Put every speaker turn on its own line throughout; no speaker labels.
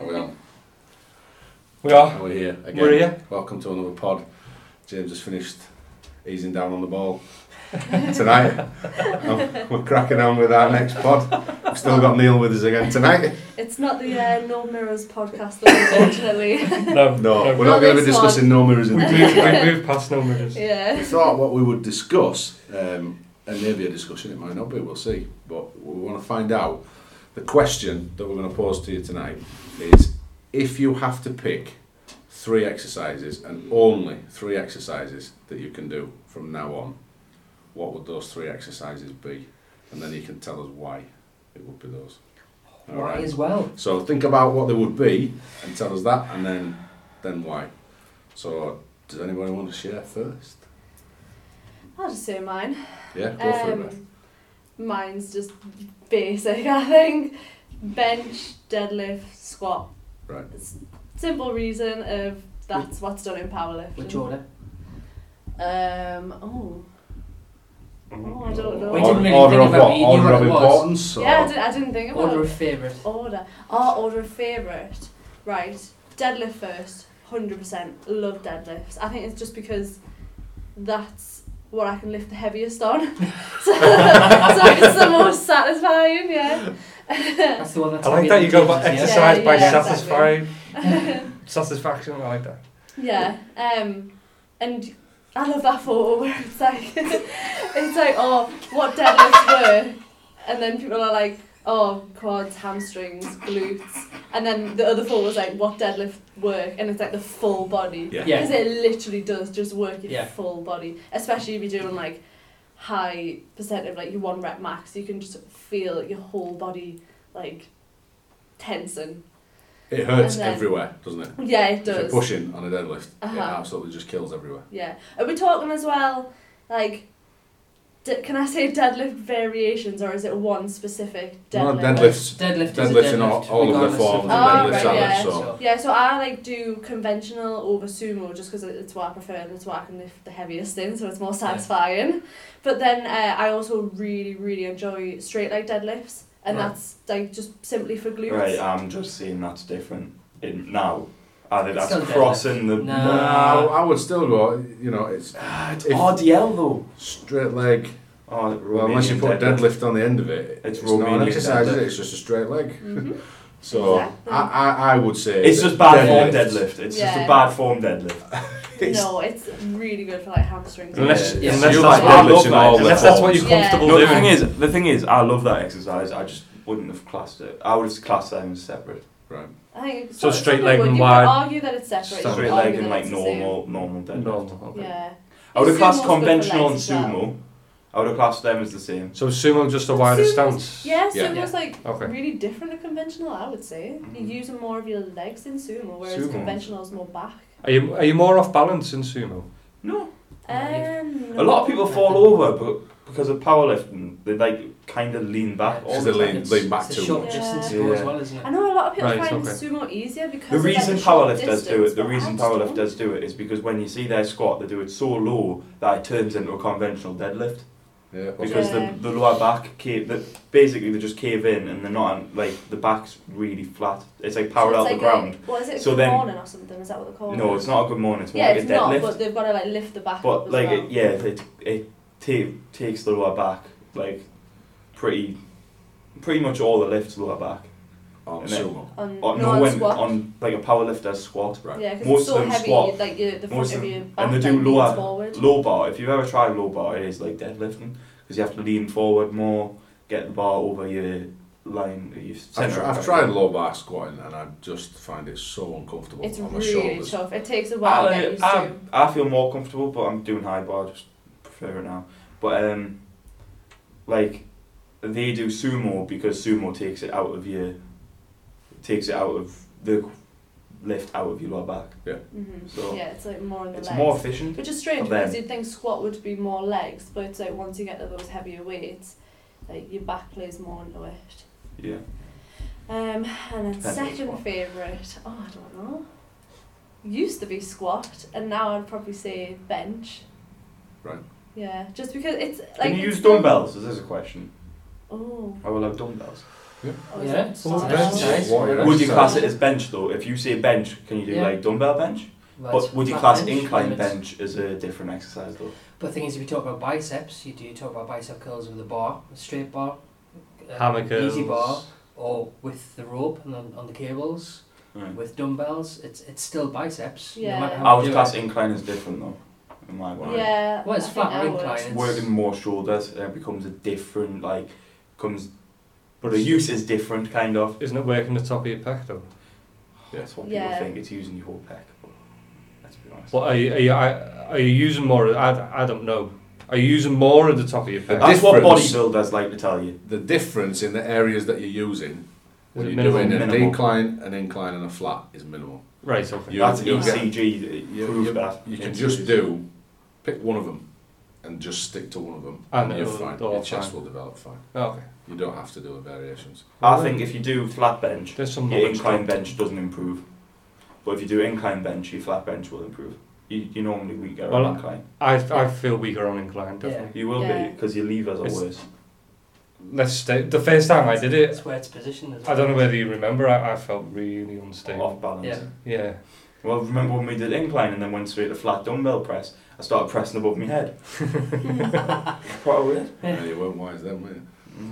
Are we on?
We are.
Are we here again?
We're here.
Welcome to another pod. James has finished easing down on the ball tonight. Um, we're cracking on with our next pod. We've still got Neil with us again tonight.
It's not the uh, No Mirrors podcast, though, unfortunately.
No,
No, we're
We,
not
Not
going to be
this
discussing no mirrors in the
moved,
future.
we moved past no mirrors.
We
yeah.
thought what we would discuss, um, and maybe a discussion, it might not be, we'll see. But we want to find out. The question that we're going to pose to you tonight is if you have to pick three exercises and only three exercises that you can do from now on, what would those three exercises be? And then you can tell us why it would be those. All
Why
right.
as well?
So think about what they would be and tell us that, and then then why. So does anybody want to share first?
I'll just say mine.
Yeah, go for it. Beth.
Um, mine's just basic, I think. Bench, deadlift, squat.
Right.
It's simple reason of that's what's done in powerlifting.
Which order?
Um, oh. Oh, I don't know.
We didn't really
order
think
of
about
what?
it, you
Order
knew
of
what it was.
importance? or-
Yeah, I, did, I didn't think about
Order
it.
of favourite.
Order. Our order of favourite. Right. Deadlift first. 100%. Love deadlifts. I think it's just because that's what I can lift the heaviest on. so, so it's the most satisfying, yeah.
That's the one that's
I like
heavier
that you
than
go about
James's, yeah?
exercise
Yeah,
by
yeah, exactly.
satisfying satisfaction. I like that.
Yeah. Um, and I love that photo where it's like, it's like, oh, what deadlifts were. And then people are like, oh, quads, hamstrings, glutes. And then the other photo was like, what deadlift work. And it's like the full body.
Yeah.
Yeah.
Because it literally does just work your
Yeah.
full body, especially if you're doing like high percent of like your one rep max. You can just feel your whole body like tensing.
It hurts
And then-
everywhere, doesn't it?
Yeah, it
If you're
does.
pushing on a deadlift, it
Uh-huh.
absolutely just kills everywhere.
Yeah. Are we talking as well, like, d- can I say deadlift variations or is it one specific
No,
deadlift?
deadlifts.
Deadlift is
Deadlifts
a
in all-
deadlift,
all of their
regardless
forms,
the
and
weight.
deadlifts are lifts,
so-
Oh, Yeah, so I like do conventional over sumo just because it's what I prefer and it's what I can lift the heaviest in, so it's more satisfying. But then uh, I also really, really enjoy straight leg deadlifts, and
Right.
that's like just simply for glutes.
Right, um, I'm just seeing that's different in now. I think
It's
that's
still
crossing the
No.
No,
Uh,
I would still go, you know, it's
Ah, it's
If-
RDL though.
straight leg.
Oh,
Well, unless you
Romanian
put
deadlift.
deadlift on the end of it,
It's
not an
Romanian
exercise, is it?
deadlift.
It's just a straight leg.
Mhm.
So
Exactly.
I, I, I would say.
It's
that
just bad form
deadlifts-
deadlift. It's just
Yeah.
a bad form deadlift.
It's-
No, it's really good for like hamstrings.
Unless,
Yeah.
unless,
You
that's,
like
what,
in
deadlifts and
all
deadlifts.
unless that's what you're
Yeah.
comfortable
No, the
doing.
thing is, the thing is, I love that exercise. I just wouldn't have classed it. I would have classed them as separate.
Right.
I think
So
some-
straight
some
leg
people-
and
you
wide.
Could argue that it's separate. you could
Straight
argue
leg and
that
like
it's the same.
normal, normal deadlift.
Normal. Okay.
Yeah.
I would have classed
Sumo's good for
conventional and
legs as well.
sumo. I would have classed them as the same.
So sumo just a wider
Sumo's-
stance.
Yeah,
Yeah.
sumo's like
Okay.
really different to conventional, I would say. You're using more of your legs in sumo, whereas
Mm-hmm. Sumo.
conventional is more back.
Are you are you more off balance in sumo?
No.
Um,
Oh, A lot of people fall over, but because of powerlifting, they like kind of lean back. all
Because
the
they
time.
lean-
It's-
lean back
it's
too
a short
much.
distance
Yeah.
goal as
Yeah.
well, isn't
I
it?
know a lot of people
Right,
find
okay.
sumo easier because
The
of, like,
reason
short
powerlifters do it,
distance,
the
but
reason
I just
powerlifters do it is because when you see their squat, they do it so low that it turns into a conventional deadlift
Yeah, possibly.
because
Yeah.
the, the lower back cave, the, basically they just cave in and they're not like the back's really flat. It's like parallel
so it's
the
like
ground.
A, what is it?
So
So
then-
morning or something? Is that what they call it?
no, it's not a good morning. It's more
Yeah,
like
it's
a
not.
deadlift.
But they've got to like lift the back. up
but
as
like
well.
it, yeah, it it ta- takes the lower back like pretty pretty much all the lifts lower back.
on
Yeah.
sumo.
on,
On,
no, on
when-
Mm. squat.
on like a powerlifter squat,
Right.
yeah, because
most
it's so
of them
heavy.
squat.
Like your, the front
Most
of
of
your
them-
back
and they do
like, leans
lower-
forward.
Low bar, if you've ever tried low bar, it is like deadlifting because you have to lean forward more, get the bar over your line. Your
I've,
centre
tr-
of
I've
gravity.
tried low bar squatting and I just find it so uncomfortable
It's
on my
really
shoulders.
tough. It takes a while to get
I, Um,
used
I,
to.
I feel more comfortable, but I'm doing high bar. I just prefer it now. But um, like they do sumo because sumo takes it out of your takes it out of the lift out of your lower back.
Mhm.
So,
yeah, it's like more in the
It's
legs.
more efficient.
Which is strange
for them.
because you'd think squat would be more legs, but it's like once you get to those heavier weights, like your back plays more into it.
Yeah.
Um, and then
Depends on
second
squat.
favourite, oh, I don't know. Used to be squat, and now I'd probably say bench.
Right.
Yeah, just because it's like.
Can
it's
you use
still-
dumbbells? This is a question.
Oh,
I will have dumbbells.
Or is
Yeah.
it
Well,
side?
that's
Why
nice.
not?
Would you
So-
class it as bench though? If you say bench, can you do
Yeah.
like dumbbell bench?
Well, it's
but would you
flat
class
bench,
incline
limits.
bench as a different exercise though?
But the thing is, if you talk about biceps, you do you talk about bicep curls with a bar, a straight bar, uh,
Hammer curls.
easy bar, or with the rope and on, on the cables
Right.
with dumbbells. It's it's still biceps. no matter
Yeah.
how
I
you
would
do
class
it.
incline as different though, in my mind.
Yeah.
Well, it's
I think
flat
I would.
incline. It's,
Working more shoulders, uh, becomes a different like comes, but the use is different kind of.
Isn't it working the top of your pec though?
That's what
Yeah.
people think. It's using your whole pec. But let's be honest.
What are you, are you, are you using more? I, I don't know. Are you using more at the top of your pec?
That's what
difference-
bodybuilders like to tell you.
The difference in the areas that you're using
Is
when
it
you're
minimal?
doing a
Minimal.
decline, an incline, and a flat is minimal.
Right, okay.
You-
That's E
you'll get-
ECG.
You,
prove
you-
that.
you can
It's-
just do pick one of them and just stick to one of them,
And
and, you're
it'll-
fine.
they're
Your chest
fine.
will develop fine.
Okay.
You don't have to do the variations.
I think if you do flat bench,
There's some
your
knowledge.
incline
there.
bench doesn't improve. But if you do incline bench, your flat bench will improve. You, you normally weak get
Well,
on incline.
I, I feel weaker on incline, definitely.
You will be
Yeah.
because your levers are
It's-
worse.
Let's stay. The first time I did it,
That's where it's positioned. As well.
I don't know whether you remember, I, I felt really unstable.
Off balance.
Yeah.
Yeah.
Well, remember when we did incline and then went straight to flat dumbbell press? I started pressing above my head. Quite weird.
Yeah, you weren't wise then, were you?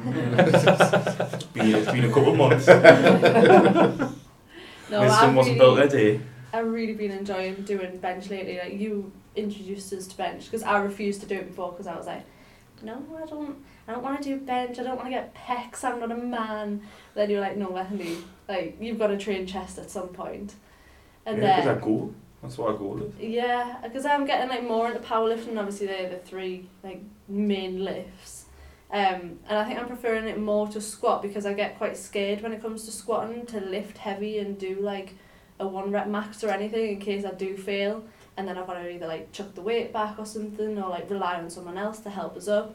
it's, been, it's been a couple of months.
Oh, No,
Wisdom
I've
wasn't
really,
built in a day.
I've really been enjoying doing bench lately. Like you introduced us to bench because I refused to do it before because I was like, no, I don't, I don't want to do bench. I don't want to get pecs. I'm not a man. Then you're like, no, let me. Like you've got to train chest at some point, and
yeah, because
then
I goal. That's what I goal is.
Yeah, because I'm getting like more into powerlifting. and Obviously, they're the three like main lifts, um, and I think I'm preferring it more to squat because I get quite scared when it comes to squatting to lift heavy and do like a one rep max or anything in case I do fail, and then I've got to either like chuck the weight back or something or like rely on someone else to help us up.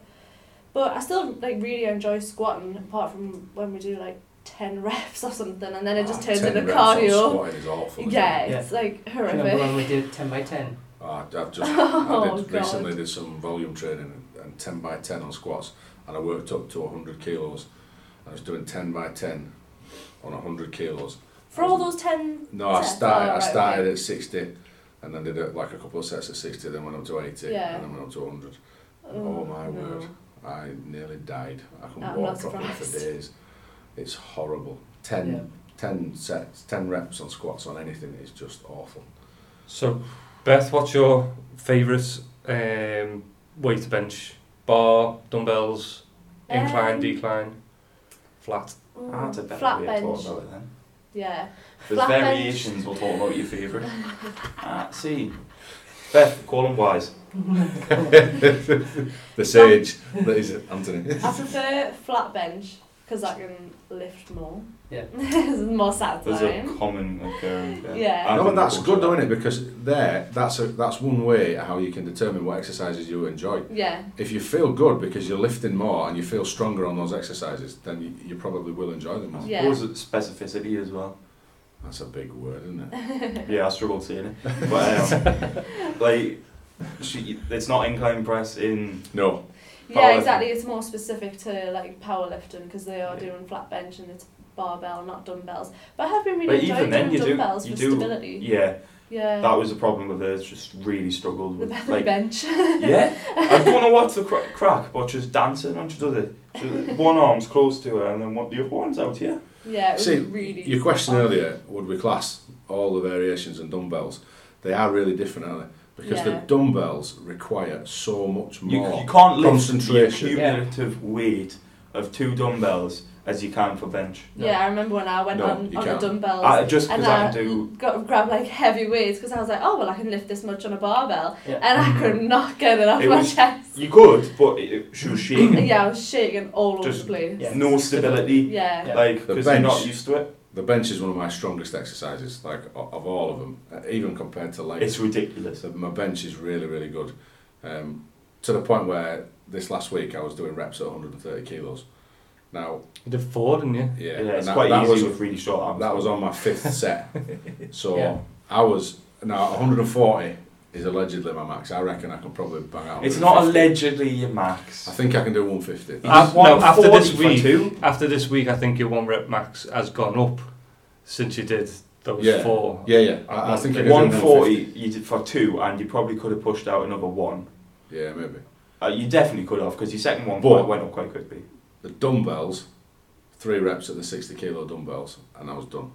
But I still like really enjoy squatting apart from when we do like ten reps or something, and then it just
Ah,
turns
10
into
reps on
cardio.
Squatting is awful. isn't it?
Yeah, it's like
Do you Remember
horrific.
when we did ten by ten?
Ah, I've just I
Oh,
did
God.
recently did some volume training and- and 10 by 10 on squats and I worked up to 100 kilos. I was doing 10 by 10 on 100 kilos.
For all those ten.
No, I
sets?
started
Oh,
I
right,
started
okay.
at 60 and then did it like a couple of sets at 60 then went up to 80
Yeah.
and then went up to 100.
Mm,
Oh, my word. I nearly died. I couldn't
I'm
walk
not
properly for
surprised.
days. It's horrible. 10,
Yeah.
10 sets, 10 reps on squats on anything is just awful.
So, Beth, what's your favourite um, weight bench? Bar, dumbbells, incline,
Um,
decline, flat.
Mm,
Ah, That's a better
Flat
way
bench.
to talk about it then.
Yeah.
There's
Flat bench.
variations, we'll talk about your favourite. Ah, see. Beth, call him wise.
The sage that is Anthony.
I prefer flat bench because I can lift more.
Yeah.
it's more
There's
satisfying.
a common occurrence there.
Yeah.
I
No, but
think
that's
we'll
good,
talk
though,
about
isn't it? Because there, that's a, that's one way how you can determine what exercises you enjoy.
yeah.
If you feel good because you're lifting more and you feel stronger on those exercises, then you, you probably will enjoy them more.
I
Yeah.
suppose it's specificity as well.
That's a big word, isn't it?
Yeah, I struggled saying it. But um, like, she, it's not incline press in.
No,
Yeah,
Powerlifting.
exactly. It's more specific to like powerlifting because they are
Yeah.
doing flat bench and it's barbell, not dumbbells. But I have been really
But
enjoying
even then,
doing
you do-
dumbbells
you
for
do-
stability.
Yeah,
Yeah.
that was the problem with her. It's just really struggled
the
with
Bethany
like.
bench.
Yeah, I don't know what to cra- crack, but she's dancing when she does it. She, one arm's close to her, and then what the other one's out here.
yeah, it was
See,
really.
your question
fun.
earlier: Would we class all the variations and dumbbells? They are really different, aren't they? Because
Yeah.
the dumbbells require so much
You,
more.
you can't lift the
concentration.
cumulative weight of two dumbbells as you can for bench.
Yeah, I remember when I went
No,
on,
you
on the
can't.
dumbbells.
I, just
and
because I
I-
can do
got grab like heavy weights because I was like, oh well, I can lift this much on a barbell,
Yeah.
and I could not get it off
It
my
was-
chest.
You could, but it, it- she was shaking.
Yeah, I was shaking all over
Just-
the place.
Yeah.
No stability,
Yeah.
like
The
because you're not
bench.
used to it.
The bench is one of my strongest exercises, like o- of all of them, uh, even compared to legs.
It's ridiculous.
So my bench is really, really good. Um, to the point where this last week I was doing reps at 130 kilos. Now,
You did four, didn't you?
yeah,
Yeah,
and
it's
that,
quite
that
easy
was
with really short arms.
that was on my fifth set. So
Yeah.
I was now 140 is allegedly my max. I reckon I can probably bang out.
It's not
150.
allegedly your max.
I think I can do 150.
Uh, no, after this
140 for
week-
two.
After this week, I think your one rep max has gone up since you did those
Yeah.
four.
Yeah, yeah. I, I think I can do
140
140.
you did for two, and you probably could have pushed out another one.
Yeah, maybe.
Uh, you definitely could have, because your second one
But-
went up quite quickly.
The dumbbells, three reps at the 60 kilo dumbbells, and I was done.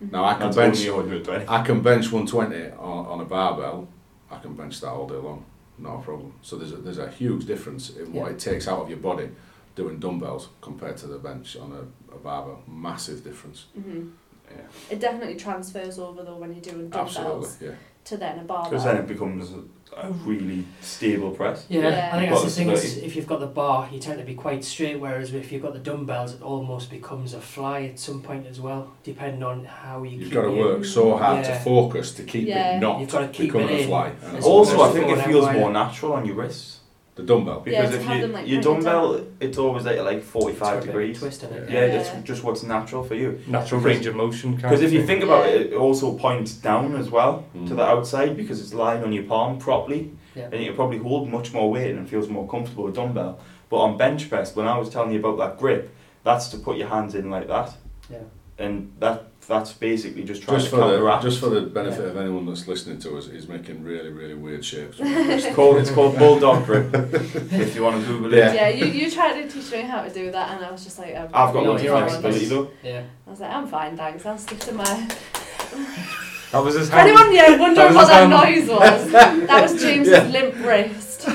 Now I can
That's
bench.
only 120.
Oh,
I can bench 120 on, on a barbell. I can bench that all day long, not a problem. So there's a, there's a huge difference in what
Yeah.
it takes out of your body doing dumbbells compared to the bench on a, a barbell. Massive difference.
hmm
Yeah.
It definitely transfers over though when you're doing dumbbells
Absolutely, yeah.
to then a
Because then
barbell.
it becomes a really stable press.
Yeah,
Yeah.
I think that's the
But
thing
it's
is if you've got the bar, you tend to be quite straight, whereas if you've got the dumbbells, it almost becomes a fly at some point as well, depending on how you
You've
keep
got to
it.
work so hard to
Yeah.
focus to keep
Yeah.
it not
You've gotta keep
becoming
it
a
in.
fly. And
It's
Also, I
almost
think it
going
feels
out
more
wide.
natural on your wrists.
the dumbbell.
Yeah, to
Because if
have
you,
them, like,
your
hanging
dumbbell,
down.
it's always at like
It's got a
45
bit of a
degrees.
twist in it.
Yeah.
Yeah, it's
Yeah.
just what's natural for you.
Natural
Because-
range of motion kind
Because if
of
you
thing.
think about
Yeah.
it, it also points down as well to
Mm.
the outside because it's lying on your palm properly,
Yeah.
and you probably hold much more weight and it feels more comfortable with dumbbell. But on bench press, when I was telling you about that grip, that's to put your hands in like that,
Yeah.
and that that's basically just trying
Mm. Just
to
for, the,
counteract.
just for the benefit of anyone that's listening to us, he's making really, really weird shapes. with his wrist.
it's called it's called bulldog grip. if you want to Google it,
Yeah.
Yeah, you, you tried to teach me how to do that, and I was just like, um,
I've got
You're
loads of
you're on
flexibility
space.
though.
Yeah.
I was like, I'm fine, thanks. I'll stick to my.
That was his
For anyone yeah, wondering
was
what
his
that
hand.
noise was, that was James's
Yeah.
limp wrist.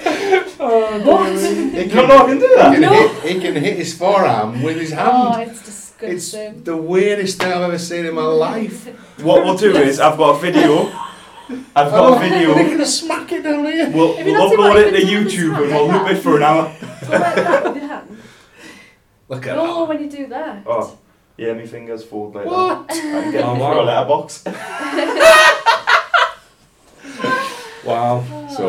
Oh,
what?
He
You're not gonna do that.
He can, hit, he can hit his forearm with his
Oh,
hand.
it's
it's
disgusting.
the weirdest thing I've ever seen in my life.
What we'll do is I've got a video. I've got a video.
Oh, gonna smack it down here.
We'll,
Have you
we'll
not seen what
upload it to
I've been doing
YouTube
with
and we'll
my
loop it
hand?
for an hour.
Go like that with your hand.
Look at
No,
that.
when you do that.
Oh, yeah, my fingers fold like
What?
that. I can get
Oh,
them
wow.
through a letterbox.
Wow.
Oh.
So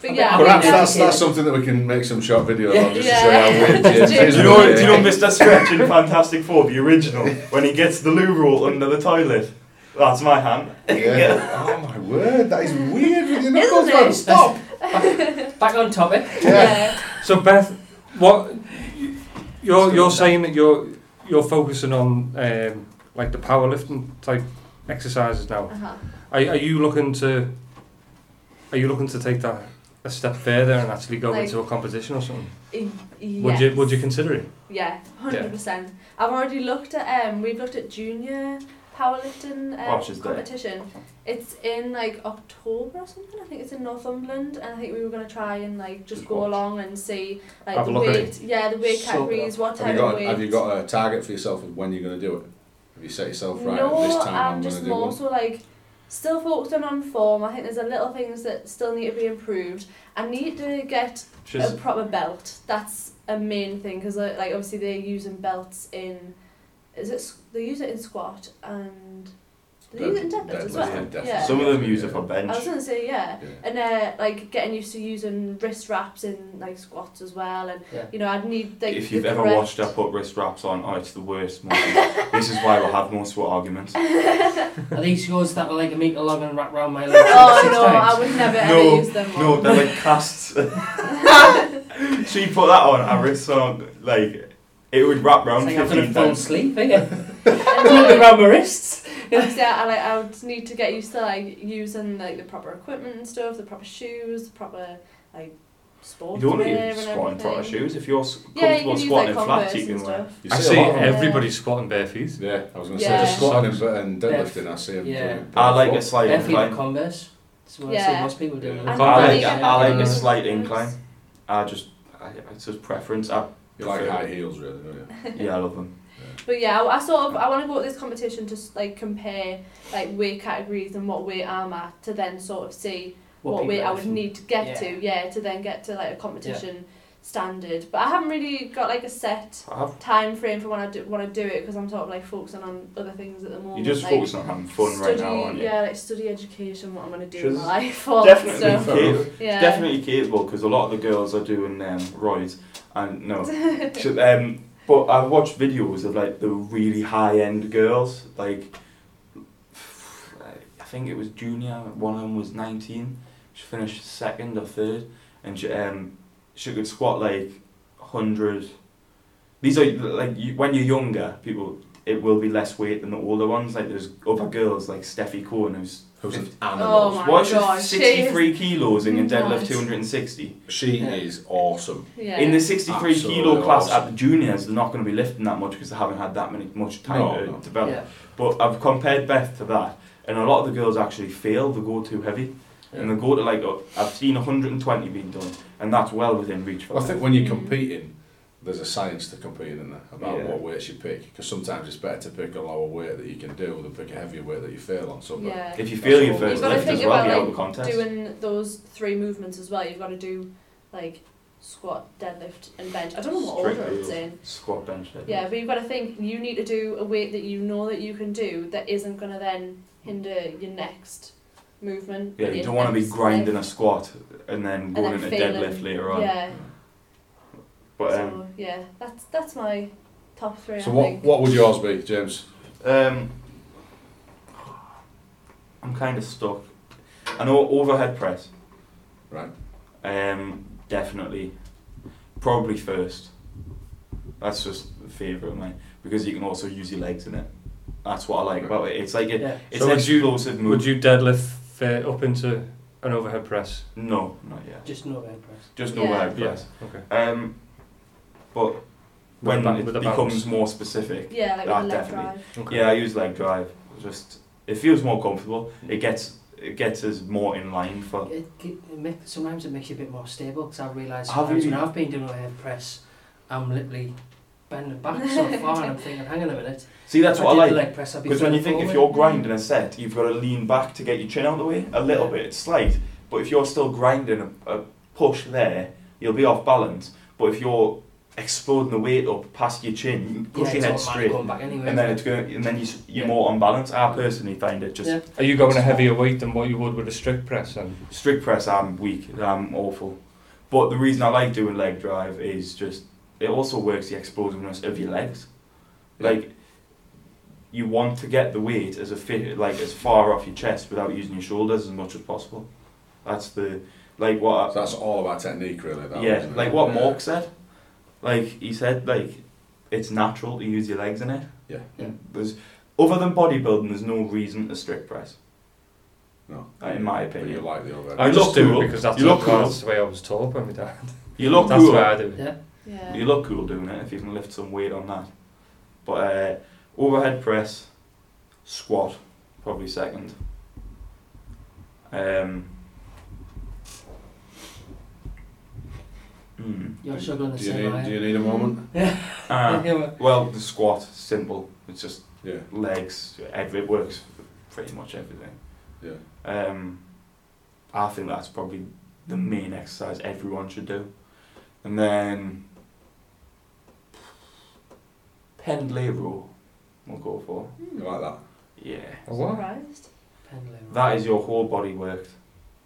But yeah, I think
perhaps that's
that's,
that's something that we can make some short video
Yeah.
of just to
Yeah.
show how weird James
Do you
is.
Do you know, do you know Mr. Stretch in Fantastic Four, the original, when he gets the loo roll under the toilet? That's my hand.
Yeah. Oh my word, that is weird with your knuckles,
Isn't
man.
it?
Stop.
Back on topic.
yeah.
So Beth, what you're
Still
you're
not.
saying that you're you're focusing on um, like the powerlifting type exercises now.
Uh-huh.
Are, are you looking to are you looking to take that a step further and actually go
Like-
into a competition or something?
Y-
Would you
yes.
would you consider it?
Yeah,
Yeah.
hundred percent. I've already looked at um, we've looked at junior powerlifting
Oh,
um,
Watch this day.
competition. It's in like October or something. I think it's in Northumberland, and I think we were gonna try and like just
Just
go
watch.
along and see like
Have a
the
look at
weight. Yeah, the weight
Soak it
categories.
Have
What type
you
of
got
weight?
have you got a target for yourself of when you're gonna do it? Have you set yourself right
no,
at this time I'm,
I'm just
gonna do
more
one?
so like still focusing on form. I think there's a little things that still need to be improved. I need to get a
Just,
proper belt. That's a main thing because like obviously they're using belts in. Is it s- they use it in squat and do they use it in
Dead-
deadlift as
deadlift,
well?
deadlift.
Yeah.
some of them use it for
I
bench.
was gonna say yeah.
Yeah.
And uh, like getting used to using wrist wraps in like squats as well, and
Yeah.
you know I'd need like
If
the
you've ever
correct-
watched her put wrist wraps on, oh, it's the worst. Movie. this is why we'll have no sweat arguments.
Are these yours that were like a meter long and wrap round my legs?
Oh
six
no,
times?
I would never
No,
ever use them.
No,
on.
they're like casts. she put that on her wrist, so like it would wrap round
It's like I've done a
15
full
times.
sleep, ain't it?
And,
Only
like,
around my wrists.
Obviously, I, I, like, I would need to get used to like using like the proper equipment and stuff, the proper shoes, the proper like
You
sports.
don't need
wear
to
and
squat in front of
everything.
shoes. If you're s-
Yeah, you
comfortable
can use
squatting
like
in flats,
flats
you
and
can wear.
stuff.
You
I
see a
see
lot of them.
everybody squatting bare feet.
Yeah, I was gonna
Yeah.
say just squatting and, and deadlifting. I see him.
Yeah.
doing-
I like a slight
Definitely
incline.
the Converse. That's what I see
Yeah.
most people do.
I
And
I like,
Converse.
I like a
Yeah.
slight incline. I just, I, it's just preference. I,
You like
prefer-
high heels, really, don't you?
Yeah, I love them.
But yeah, I, I sort of I want to go to this competition to s- like compare like weight categories and what weight I'm at to then sort of see what,
people
weight I
are
would
from-
need to get
Yeah.
to. Yeah, to then get to like a competition standard. But I haven't really got like a set
I have,
time frame for when I do, want to do it because I'm sort of like focusing on other things at the moment.
you just
like,
focus on having fun right now, aren't you?
Yeah, like study education, what I'm gonna do in
She's
my life, all
Definitely,
that stuff.
Fair
capable.
Yeah.
definitely capable because a lot of the girls are doing um, roids and no. So, um, but I've watched videos of like the really high end girls, like think it was junior. One of them was nineteen. She finished second or third, and she um she could squat like hundred. These are like you, when you're younger, people it will be less weight than the older ones. Like there's other girls like Steffi Cohen who's
Who's an
Fif-
animal.
Oh my
why is she
God, she is-
63 kilos and can
Mad.
deadlift 260?
She
Yeah.
is awesome.
Yeah.
In the 63
Absolutely
kilo class
awesome.
at the juniors, they're not going to be lifting that much because they haven't had that many much time
No,
to
no.
develop.
yeah.
But I've compared Beth to that, and a lot of the girls actually fail. They go too heavy, and they go to like uh, I've seen 120 being done, and that's well within reach for
Well, I
Beth.
think when you're
Mm.
competing, there's a science to competing in there about
Yeah.
what weights you pick. Because sometimes it's better to pick a lower weight that you can do than pick a heavier weight that you fail on. So, but
yeah.
If you fail your
You've
first
gotta
lift
think
as well,
about,
you're out of the
like,
contest.
doing those three movements as well. You've got to do like squat, deadlift, and bench. I don't know what order
Straight
it's
rows.
in.
Squat bench. deadlift.
Yeah, but you've got to think you need to do a weight that you know that you can do that isn't going to then hinder your next movement.
Yeah,
your
you don't want to be
next
grinding
lift.
a squat and then going
then
into deadlift
failing.
later on.
Yeah.
But um,
so yeah, that's that's my top three.
so
I
what,
think.
what would yours be, James?
um, I'm kind of stuck. I know overhead press.
Right.
Um, definitely, probably first. That's just a favourite of mine because you can also use your legs in it. That's what I like about it. It's like a,
yeah.
it's
So
an
would you-
explosive move.
Would you deadlift uh, up into an overhead press?
No, not yet.
Just no overhead press.
Just
Yeah.
overhead
Yeah,
press.
okay.
Um, but when
ba-
it
with a
becomes
balance.
more specific,
Yeah, like
Ah,
with the left
definitely.
drive.
Okay.
Yeah, I use leg drive. Just it feels more comfortable. It gets it gets us more in line for.
It, it, it make, sometimes it makes you a bit more stable because I realise
Have
sometimes
you-
when I've been doing overhead press, I'm literally bending back so far and I'm thinking, hang on a minute.
See, that's
if
what
I,
I
did
like.
Leg press, I'd be
Because when you
further
think if
forward.
you're grinding a set, you've got to lean back to get your chin out of the way a little bit. It's slight, but if you're still grinding a, a push there, you'll be off balance. But if you're exploding the weight up past your chin, you push
yeah,
your head
it's automatic
straight,
Going back anyway,
and then it's going. And then you, s- you're more on balance. I personally find it just
Yeah.
Are you going a heavier weight than what you would with a strict press? And
Strict press, I'm weak. I'm awful. But the reason I like doing leg drive is just it also works the explosiveness of your legs. Like you want to get the weight as a fit, like as far off your chest without using your shoulders as much as possible. That's the like what. I-
So that's all about technique, really. That
yeah,
isn't it?
like what
Yeah.
Mork said. Like he said, like it's natural to use your legs in it.
Yeah.
Yeah.
There's other than bodybuilding, there's no reason to strict press.
No.
Uh, in my
But you
opinion,
like the overhead.
I
I
look
just do
cool.
it because that's,
You look cool.
that's the way I was taught by my dad.
you look
that's
cool.
the way I do it.
yeah.
Yeah.
You look cool doing it if you can lift some weight on that. But uh, overhead press, squat, probably second. Um, hmm.
You're struggling the
do, you
same. I
need,
am.
do you need a moment?
Ah,
Yeah, well,
well, the squat, simple. It's just
Yeah.
legs. Every, it works for pretty much everything.
Yeah.
Um, I think that's probably the
Hmm.
main exercise everyone should do. And then pendlay row, we'll go for.
You like that?
Yeah,
A what?
Hmm, Surprised.
pendulum.
that is your whole body worked.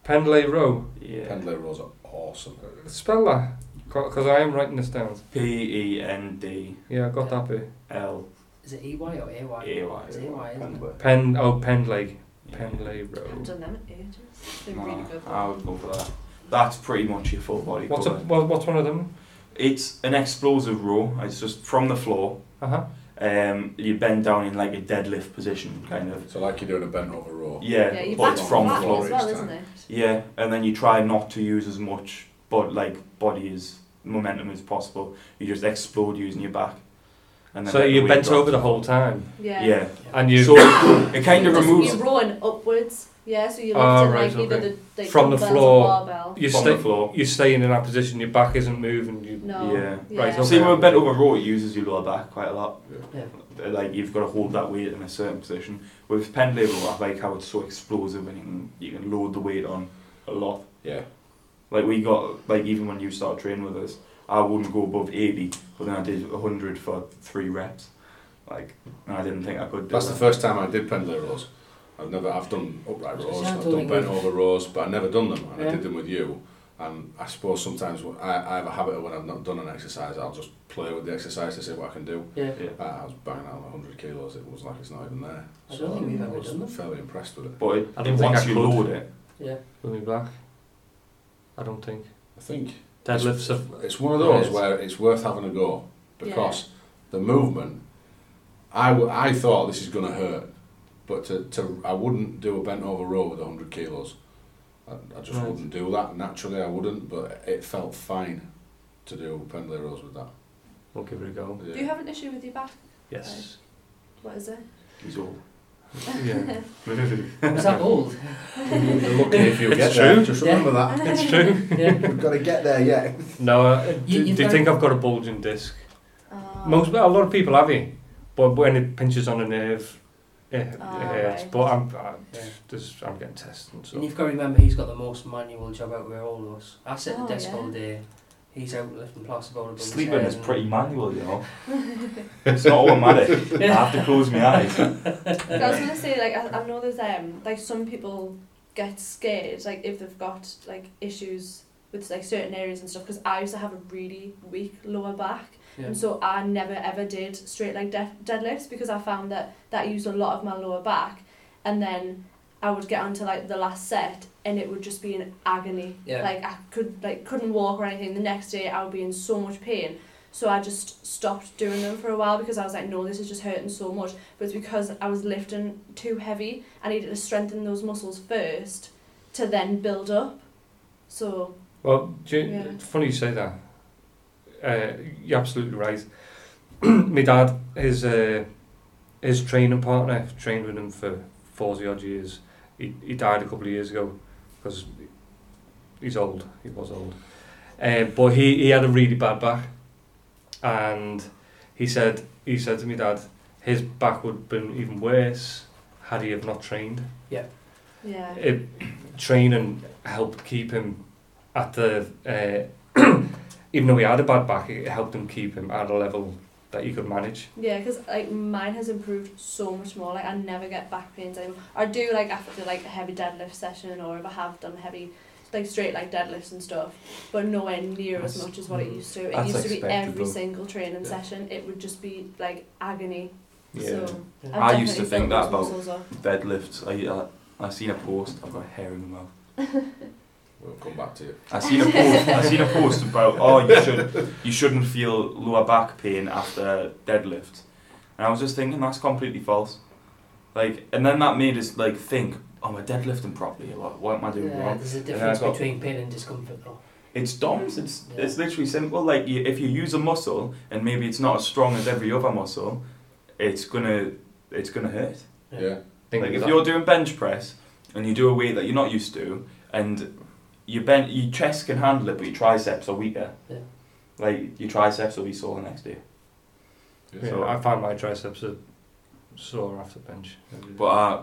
Pendlay row.
Yeah,
Pendlay rows are awesome.
Spell that, because I am writing this down.
P E N D
Yeah, I got that bit.
L
Is it EY or AY?
A Y.
It's AY, isn't it?
Pen. Oh, Pendlay.
Yeah.
Pendlay row.
I've done them in ages. They're
Nah,
really good.
I would go for that. That's pretty much your full body.
What's a,
covered.
well, What's one of them?
It's an explosive row. It's just from the floor.
Uh huh.
Um, you bend down in like a deadlift position, kind of.
So like you're doing a bent over row.
Yeah,
yeah, you
but
back
it's
on
from the
that
floor.
as well,
each
isn't it?
Yeah, and then you try not to use as much, but like body as momentum as possible. You just explode using your back. And
So
let the
you're
weight
bent
drop.
over the whole time,
Yeah.
Yeah.
and you
So it kind of
Just-
removes
You're rolling upwards. Yeah, so you're lifting
Ah, right,
like either
okay.
the like,
From the
dumbbells or
floor.
Barbell.
you
from
stay
the floor.
you staying in that position. Your back isn't moving. You
No.
Yeah.
Right, okay.
See, when we're bent over row, it uses your lower back quite a lot. Uh,
Yeah.
Like you've got to hold that weight in a certain position. With pen lever, I like how it's so explosive and you can, you can load the weight on a lot.
Yeah.
Like we got like even when you started training with us, I wouldn't go above eighty, but then I did hundred for three reps. Like, and I didn't think I could do
That's the
that.
first time I did pendlay rows. I've never, I've done upright
So
rows,
it's
I've
not
done
doing
bent
with-
over rows, but I've never done them, and I
Yeah.
did them with you. And I suppose sometimes wh- I, I have a habit of when I've not done an exercise, I'll just play with the exercise to see what I can do.
Yeah.
Yeah.
Uh, I was banging out 100 kilos, it was like it's not even there.
I don't think we've
I
ever
was
done that.
fairly impressed with it.
But it,
I don't think
once
I
you
could.
load it,
Yeah.
with me back. I don't think
I think
deadlifts are.
it's one of those
Yeah.
where it's worth having a go because
Yeah.
the movement, I, w- I thought this is going to hurt, but to, to I wouldn't do a bent over row with 100 kilos. I, I just
Right.
wouldn't do that. Naturally, I wouldn't, but it felt fine to do pendlay rows with that.
We'll give it a go.
Yeah.
Do you have an issue with your back?
Yes.
What is it?
he's old.
yeah.
Was that old?
You're lucky if you
It's
get there.
true.
Just
Yeah.
remember that.
It's true.
Yeah.
We've got to get there yet.
No, uh,
You-
do,
you've
do you
got-
think I've got a bulging disc?
Oh.
Most, well, a lot of people have it, but when it pinches on a nerve, it, it
Oh,
Ah,
hurts.
right.
But I'm, I,
Yeah.
just, I'm getting tested. and
And
So
you've got to remember, he's got the most manual job out of all of us. I sit at
Oh,
the desk
yeah.
all day. He's out lifting plaster bowl above his
Sleeping
head
is
and-
pretty manual, you know. it's not automatic. I have to close my eyes.
I was gonna say like I, I know there's um like some people get scared like if they've got like issues with like certain areas and stuff because I used to have a really weak lower back
Yeah.
and so I never ever did straight leg de- deadlifts because I found that that used a lot of my lower back and then I would get onto like the last set and it would just be an agony
Yeah.
like I could like couldn't walk or anything the next day I would be in so much pain so I just stopped doing them for a while because I was like no this is just hurting so much but it's because I was lifting too heavy I needed to strengthen those muscles first to then build up so
Well, do you,
Yeah.
it's funny you say that. Uh, you're absolutely right. My dad, his uh, his training partner, trained with him for forty odd years. He he died a couple of years ago because he's old. He was old, uh, but he he had a really bad back, and he said he said to me dad, his back would have been even worse had he have not trained
yeah
it, training helped keep him at the uh, even though he had a bad back it helped him keep him at a level that he could manage
Yeah, because like mine has improved so much more. Like I never get back pains anymore. I do like after like a heavy deadlift session or if I have done heavy like straight like deadlifts and stuff, but nowhere near as
That's-
much as what it
mm,
used to. It
that's
used to be
expected,
every
though.
single training
Yeah.
session. It would just be like agony. So
Yeah.
I've
I used to
definitely
think
built
that
those
about-
muscles up.
Deadlifts. I, I I seen a post. I've got hair in my mouth.
We'll come back to you.
I seen a post. I seen a post about oh you should you shouldn't feel lower back pain after deadlift, and I was just thinking that's completely false. Like and then that made us like think, oh, am I deadlifting properly? What, what am I doing
Yeah,
wrong?
there's a difference
I've got-
between pain and discomfort, though.
It's DOMS. It's
Yeah.
it's literally simple. Like you, if you use a muscle and maybe it's not as strong as every other muscle, it's gonna it's gonna hurt.
Yeah.
Think
like
of
if
that.
you're doing bench press and you do a weight that you're not used to, and your ben- your chest can handle it, but your triceps are weaker.
Yeah.
Like your triceps will be sore the next day.
yeah,
so-
I find my triceps are sore after bench
But uh, I,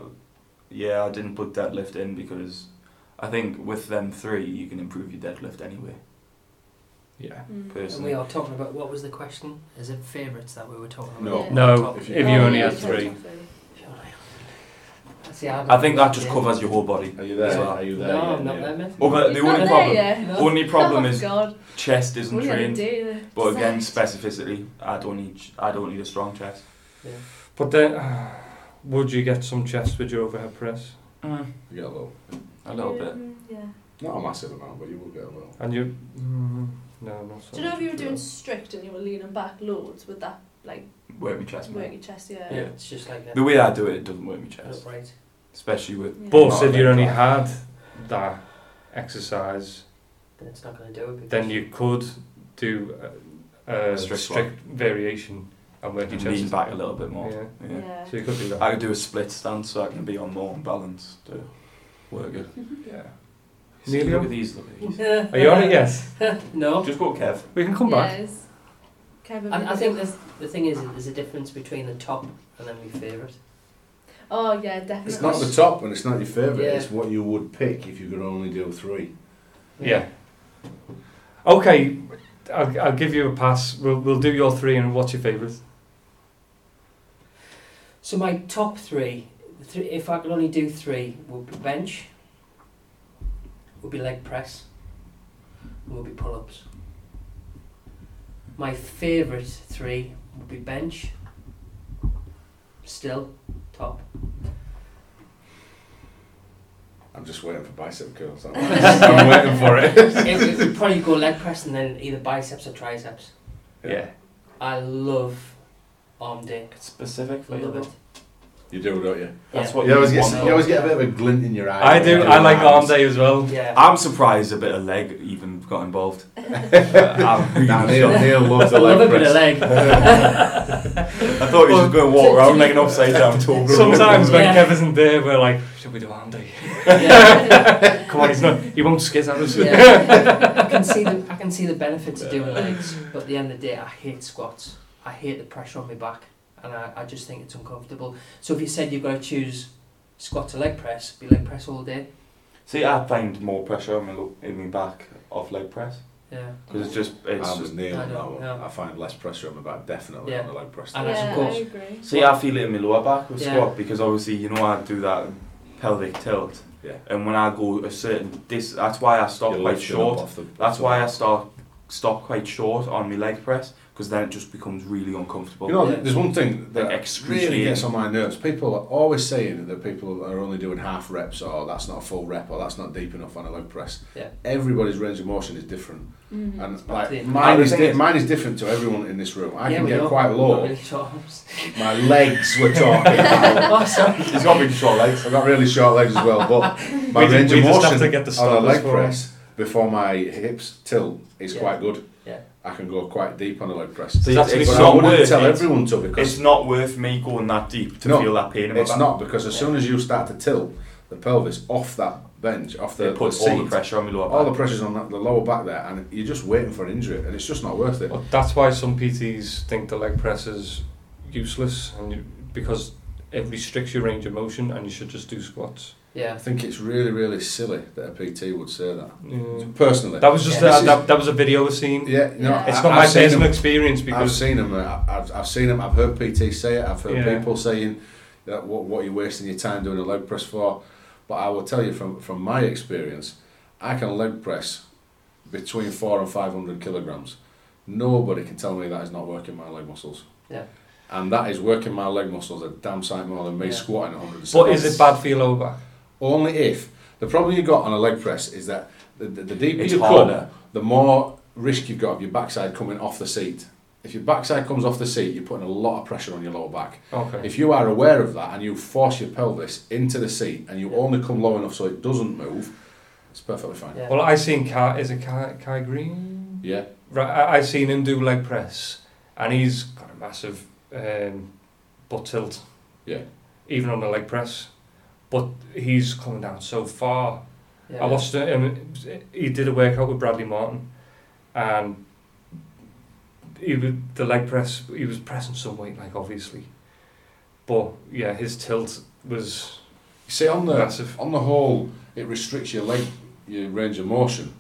yeah, I didn't put deadlift in because I think with them three you can improve your deadlift anyway.
yeah
Mm.
Person-
And we are talking about what was the question? Is it favourites that we were talking
No.
about?
Yeah.
no
If
if
you-
you,
Oh,
only
yeah,
had
you can't
three
talk through.
That's the hard
I think that just
one.
covers your whole body.
Are you there?
Yeah.
Are you there?
No,
yet?
I'm not
Yeah.
there, mate.
Oh, but the
He's
only
not
problem,
there yet.
only problem
oh
is
God.
chest isn't
What are you gonna
trained.
do?
But again,
Decide.
specificity. I don't need. I don't need a strong chest.
but then would you get some chest with your overhead press
Mm,
You get a little.
a little bit.
Mm, Yeah.
Not a massive amount, but you will get a little.
and you mm, no not so
Do you know
much.
if you were doing strict and you were leaning back loads, would that like
Work my chest,
work
mate.
your chest?
Yeah,
Yeah.
it's just like that.
The way I do it, it doesn't work my chest,
Upright.
especially with.
Yeah.
but
not
if you
a
only
leg
had that exercise
Then it's not going to do it. Because
then you could do uh, a, a
Strict
strict, variation and work
drive.
your
And
chest
lean back a little bit more.
Yeah.
Yeah.
Yeah.
So you could do that.
I could do a split stance so I can be on more balance to work it.
yeah.
See,
Nearly
look
on.
at these. Look at these.
Are you on it? Yes.
no.
Just go, Kev.
We can come back.
Yes. Kevin,
I, I think there's, the thing is, there's a difference between the top and then my favourite.
Oh yeah, definitely.
It's not the top and it's not your favourite,
Yeah.
it's what you would pick if you could only do three.
Yeah. Okay, I'll, I'll give you a pass. We'll, we'll do your three and what's your favourite?
So my top three, the three if I could only do three, would be bench, would be leg press, will be pull ups. My favourite three would be bench, still top.
I'm just waiting for bicep curls. I'm, I'm waiting for it.
it would probably go leg press and then either biceps or triceps.
Yeah.
I love arm day.
It's specific
I
for you.
love it.
though.
You do, don't you?
That's
Yeah.
what
You always, get,
want.
you always get a bit of a glint in your eye.
I do. I like arm day as well.
Yeah.
I'm surprised a bit of leg even got involved. I'm really
Nah, Neil,
shocked.
Neil loves the
I love
leg
a bit
press.
of leg.
I thought he was just going to walk around like an upside down tool.
Sometimes when
Yeah.
Kev isn't there, we're like, should we do arm day?
yeah.
Come on, he's not. He won't skis at us.
yeah. I can see the I can see the benefits of doing legs, but at the end of the day, I hate squats. I hate the pressure on my back, and I, I just think it's uncomfortable. So if you said you've got to choose squat to leg press, be leg press all day.
See, I find more pressure on my, lo- in my back off leg press
Yeah.
because it's just it's
I'm with
just.
um, Neil
I
on that
don't
one.
know.
I find less pressure on my back, definitely,
Yeah.
on the leg press.
And
than-
I
yeah,
suppose-
I agree.
See, I feel it in my lower back with
Yeah.
squat because obviously you know I do that pelvic tilt,
Yeah.
and when I go a certain this, that's why I stop
Your
quite
legs should
short.
up off the-
That's why I start stop quite short on my leg press because then it just becomes really uncomfortable.
You know,
Yeah.
there's one thing that
Like
really
excruciating.
gets on my nerves. People are always saying that people are only doing half reps, or that's not a full rep, or that's not deep enough on a leg press.
Yeah.
It's- Everybody's range of motion is different,
Mhm.
and
back to the-
like mine
And the
is,
thing
di-
is-
mine is different to everyone in this room. I
yeah,
can
we
get
know.
quite
Not
low.
Really short arms.
My legs were talking. about.
oh, sorry.
He's got big short legs.
I've got really short legs as well, but my
We ju-
range
we
of
just have
motion
to get the
on a
stoppers
leg
for it.
press before my hips tilt is
Yeah.
quite good.
Yeah.
I can go quite deep on a leg press.
So it's,
That's
it's
but
because
I
not
wouldn't
worth
tell
it.
everyone to because
It's not worth me going that deep to
No,
feel that pain in my
It's
back.
not because as soon as you start to tilt the pelvis off that bench, off the,
It puts
the seat,
all the pressure on my lower back.
all the pressure's on that, the lower back there, and you're just waiting for an injury, and it's just not worth it.
Well, that's why some PTs think the leg press is useless, and you, because it restricts your range of motion, and you should just do squats.
I
Yeah.
think it's really, really silly that a PT would say that.
Yeah.
Personally,
That was just
Yeah.
that, that, that was a video seen.
yeah, you know,
Yeah.
It's
I-
not
I've
my
seen
personal
them-
experience
I've
because
seen them. uh, I've, I've seen them. I've heard PT say it. I've heard
Yeah.
people saying that what what you're wasting your time doing a leg press for. But I will tell you from from my experience, I can leg press between four and five hundred kilograms. Nobody can tell me that is not working my leg muscles.
Yeah.
And that is working my leg muscles a damn sight more than me
Yeah.
squatting 100.
what is it bad for your lower back?
Only if the problem you got on a leg press is that the, the, the deeper
It's
you come,
harder.
the more risk you've got of your backside coming off the seat. If your backside comes off the seat, you're putting a lot of pressure on your lower back.
Okay.
If you are aware of that and you force your pelvis into the seat and you only come low enough so it doesn't move, it's perfectly fine.
Yeah.
Well, I seen Kai is it Kai, Kai Green?
Yeah.
Right, I, I seen him do leg press, and he's got a massive um, butt tilt.
Yeah.
Even on the leg press, but he's coming down so far.
yeah.
I watched it, um, he did a workout with Bradley Martin, and he was, the leg press, he was pressing some weight, like obviously. But yeah, his tilt was
You see, on the
massive.
on the whole, it restricts your leg, your range of motion.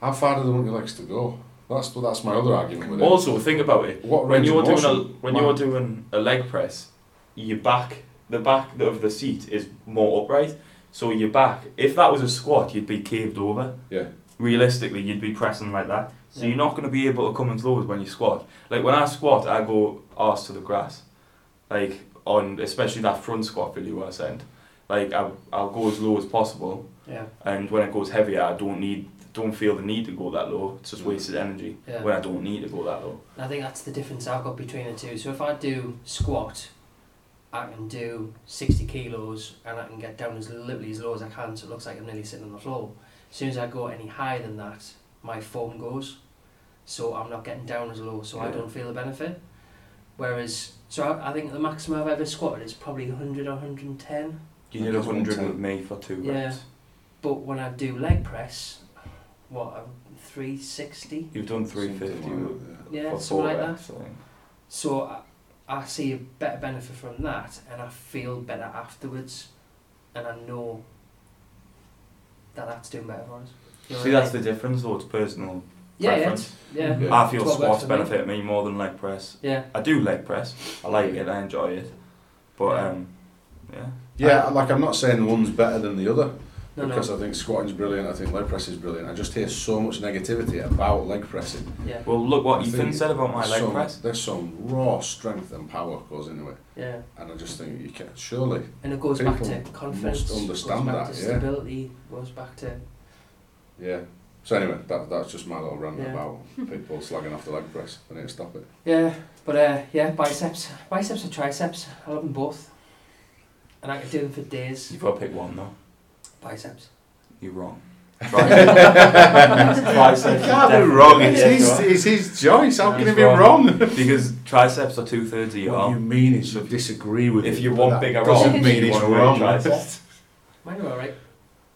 How far do they want your legs to go? That's that's my other argument with it.
Also, think about it.
What
When
range
you're
of
doing
motion?
a when you're doing a leg press, your back, the back of the seat is more upright. So your back, if that was a squat, you'd be caved over.
Yeah.
Realistically, you'd be pressing like that. So
Yeah.
you're not going to be able to come as low as when you squat. Like when I squat, I go arse to the grass. Like on especially that front squat video I sent. Like I I'll go as low as possible.
Yeah.
and when it goes heavier, I don't need, don't feel the need to go that low. It's just wasted energy
Mm. Yeah.
when I don't need to go that low.
And I think that's the difference I've got between the two. So if I do squat, I can do 60 kilos and I can get down as literally as low as I can so it looks like I'm nearly sitting on the floor. As soon as I go any higher than that, my form goes. So I'm not getting down as low, so I
Yeah.
don't feel the benefit. Whereas, so I, I think the maximum I've ever squatted is probably 100 or 110.
You did a hundred with me for two
Yeah.
reps.
But when I do leg press, what, I'm 360?
You've done three
Something
fifty
like
with
that, yeah.
Yeah,
for
something
four
like that.
reps. I think.
So I, I see a better benefit from that, and I feel better afterwards, and I know that that's doing better for us. You know
See,
what I
that's the
mean?
difference though. It's personal
yeah,
preference.
yeah, it's- yeah.
Yeah.
I feel
It's what works
squats
for me.
benefit me more than leg press.
Yeah,
I do leg press. I like it. I enjoy it. But
Yeah.
um, yeah.
Yeah, like I'm not saying one's better than the other,
No,
because
no.
I think squatting's brilliant. I think leg press is brilliant. I just hear so much negativity about leg pressing.
Yeah,
Well, look what
I
Ethan
think
said about my
there's
leg
some,
press.
There's some raw strength and power goes into it,
yeah.
and I just think you can surely.
And it goes back to
People
confidence.
must understand
goes back
that,
to
yeah.
stability. Goes back to
Yeah. So anyway, that, that's just my little rant
Yeah.
about people slagging off the leg press. I need to stop it.
yeah. But uh, yeah, biceps, biceps or triceps. I love them both, and I could do them for days.
You've got to pick one though.
Biceps.
You're wrong. Triceps is definitely the
It's
best
his,
one.
it's his choice. How
Yeah,
can he
he's
be
wrong.
wrong?
Because triceps are two thirds of your arm.
mean
is you
disagree with
If you want bigger
doesn't
arms,
mean
you
it's
want to
wrong.
work triceps.
Mine are alright.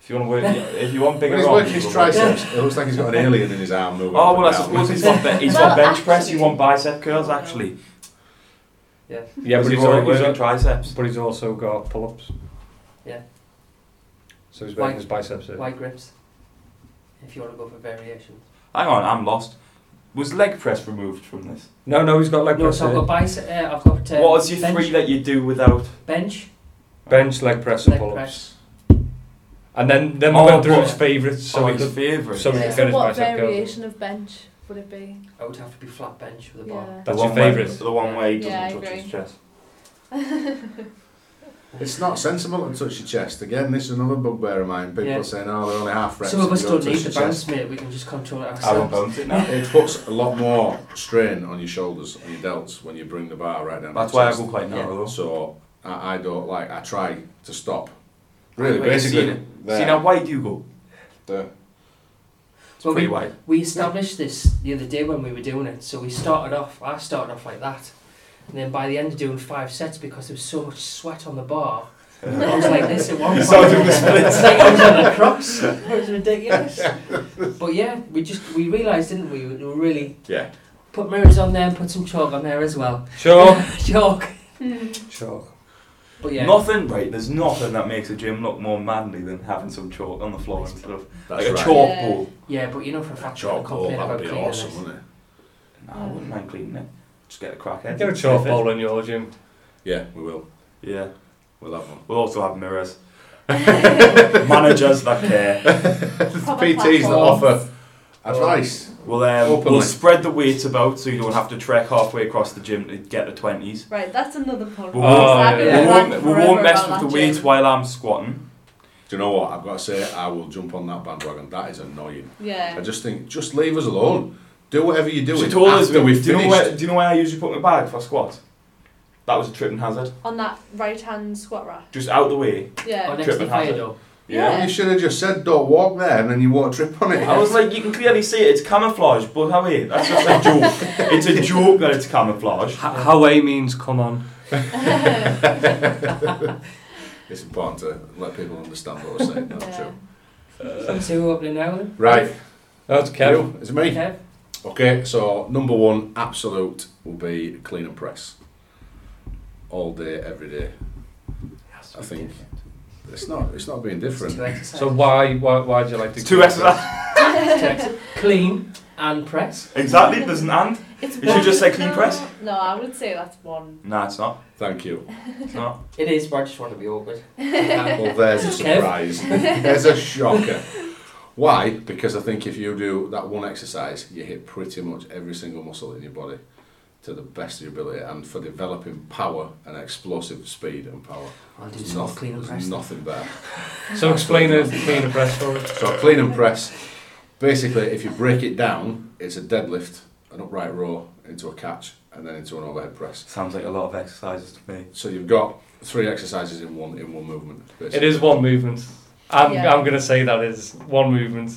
If you want to work, if you want
When
bigger
he's
arms,
working his
you will work
triceps, it looks like he's got an alien in his arm. moving up
Oh
and
well, I
down.
suppose he's got, be- he's got bench press. You want bicep curls actually.
Yeah.
Yeah, but
he's
he's,
already
al- he's,
working
al-
triceps.
but he's also got pull ups.
Yeah.
So he's
Like-
working his biceps. here.
Wide grips. If you want to go for variations.
Hang on, I'm lost. Was leg press removed from this?
No, no, he's got leg
no,
press.
so I've
here.
got bicep. Uh, I've got uh,
eh? what is your
bench,
three that you do without?
bench,
Bench, leg press, and
leg
pull ups.
press.
And then, then
Oh,
we went through
but-
his favourites. So
Oh,
So
we
oh, his
could,
favourite.
so we
Yeah.
could
So
finish
what
bicep curls.
variation of bench would it be?
I would have to be flat bench with a bar.
Yeah.
The
That's your
one where-
favourite.
The one where he doesn't
Yeah, I
touch his
agree.
chest.
It's not sensible to touch your chest. Again, this is another bugbear of mine. People
Yeah.
saying, oh, they're only half reps.
Some of
if
us
you
don't
touch
need the
your chest."
bounce, mate. We can just control it
I will
ourselves.
bounce it now.
It puts a lot more strain on your shoulders and your delts when you bring the bar right down.
That's
to your
why I
chest.
go quite narrow. though.
So I, I don't like. I try to stop. Really,
Wait,
basically,
see,
there,
See now, why do you go?
there.
It's
Well,
pretty
we-
wide.
We established this the other day when we were doing it. So we started off, I started off like that. And then by the end of doing five sets, because there was so much sweat on the bar, I was like this at one
You
point.
started doing the
It's like I was on the cross. It was ridiculous. But yeah, we just, we realised, didn't we? We really
Yeah.
put mirrors on there and put some chalk on there as well.
Sure.
chalk.
sure.
But yeah.
Nothing, right? There's nothing that makes a gym look more manly than having some chalk on the floor instead of
That's
like a
right.
chalk
Yeah.
ball.
Yeah, but you know for a fact I'm
Chalk ball,
complaining
that
about
would be
cleaning
awesome,
this.
wouldn't it?
Nah, I wouldn't mind cleaning it. Just get a crack at it.
Get a chalk
Sniff it.
ball in your gym.
Yeah, we will.
Yeah.
We'll have one.
We'll also have mirrors. Managers that care.
Proper
PTs that
platforms.
offer advice.
We'll, um,
Openly.
we'll spread the weights about so you don't have to trek halfway across the gym to get the 20s.
Right, that's another podcast.
We
Oh,
I've been
We
yeah.
going
won't,
on
we
forever
won't mess
about
with the
that
weights
gym.
while I'm squatting.
Do you know what? I've got to say, I will jump on that bandwagon. That is annoying. I
Yeah.
just think, just leave us alone. Do whatever you do.
she told us,
after we've
do, you know
finished.
where, do you know where I usually put my bag for a squat? That was a tripping hazard.
On that right hand squat rack.
Just out the way.
Or
Yeah.
Oh, next to the
Tripping
fire
hazard.
door.
Yeah.
You should have just said, don't walk there, and then you won't trip on it.
I was like, you can clearly see it, it's camouflage, but how are you? That's just a joke. It's a joke that it's camouflage.
Hawaii means come on.
It's important to let people understand what we're saying. That's
Yeah.
true.
So who opening now then?
Right,
That's Kev.
you, it's me.
Kev?
Okay, so number one, absolute, will be clean and press. All day, every day. I think it's not. It's not being
It's two
different.
exercises.
So why why why do you like to?
It's two exercises.
Two exercises. Clean and press.
Exactly, there's an and.
It's
You should
one-
just say clean press.
No, I would say that's one.
Nah, it's not.
Thank you.
It's not.
It is, but I just want to be awkward.
Well, there's a
Kev?
surprise. there's a shocker. Why? Because I think if you do that one exercise, you hit pretty much every single muscle in your body to the best of your ability, and for developing power and explosive speed and power.
I'll do
There's
some
nothing,
clean and
there's
press.
nothing better.
So explain a clean and press for us.
So clean and press. Basically, if you break it down, it's a deadlift, an upright row into a catch, and then into an overhead press.
Sounds like a lot of exercises to me.
So you've got three exercises in one in one movement. Basically.
It is one movement. I'm
Yeah.
I'm gonna say that is one movement.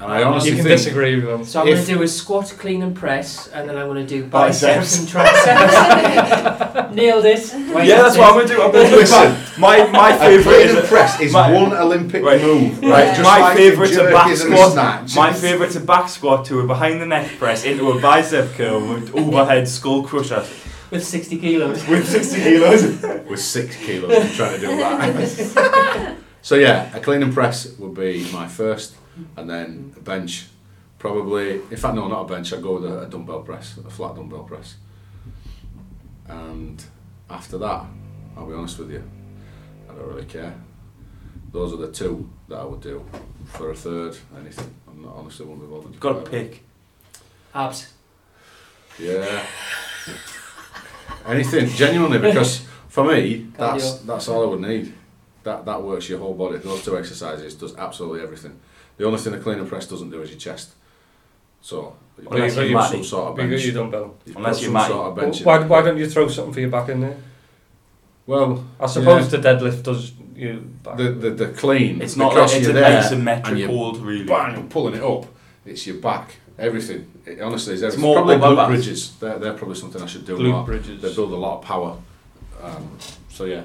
And I honestly
you can
think
disagree with us.
So I'm going to
If-
do a squat, clean and press, and then I'm going to do biceps,
Biceps.
and triceps. Nailed it. Right,
yeah, that's
it.
what I'm gonna do. I'm gonna do
Listen.
that. My my
a
favourite
clean
is
and
a,
press is
my-
one Olympic
Right.
move.
Yeah.
Right, just
My
like
favourite's
the
a
jerk
back
is and
squat.
snatch.
my favourite's a back squat to a behind the neck press into a bicep curl with overhead skull crusher
With 60 kilos.
with 60 kilos.
With six kilos, I'm trying to do that. so yeah, a clean and press would be my first, and then a bench, probably. In fact, no, not a bench. I'd go with a, a dumbbell press, a flat dumbbell press. And after that, I'll be honest with you, I don't really care. Those are the two that I would do. For a third, anything. I'm not honestly won't be bothered.
You've got to pick.
Abs.
Yeah. Anything, genuinely, because for me, that's
Cardio.
that's all I would need. That that works your whole body. Those two exercises does absolutely everything. The only thing a clean and press doesn't do is your chest. So you've got
Unless
to
you're
use
Matty.
some sort of
Have you got
bench.
your dumbbell?
You've
Unless
got
you're
some
Matty.
sort of bench in
Why,
there.
why don't you throw something for your back in there?
Well,
I suppose the deadlift does you back.
the the, the clean.
It's not
because
like it's
you're
an
there and
asymmetric
you-
hold, really.
bang, you're pulling it up. It's your back. Everything. It, honestly, it's, everything.
more
probably
upper
glute
back.
bridges. They're, they're probably something I should do. a
glute
lot.
bridges.
They build a lot of power. Um, so yeah,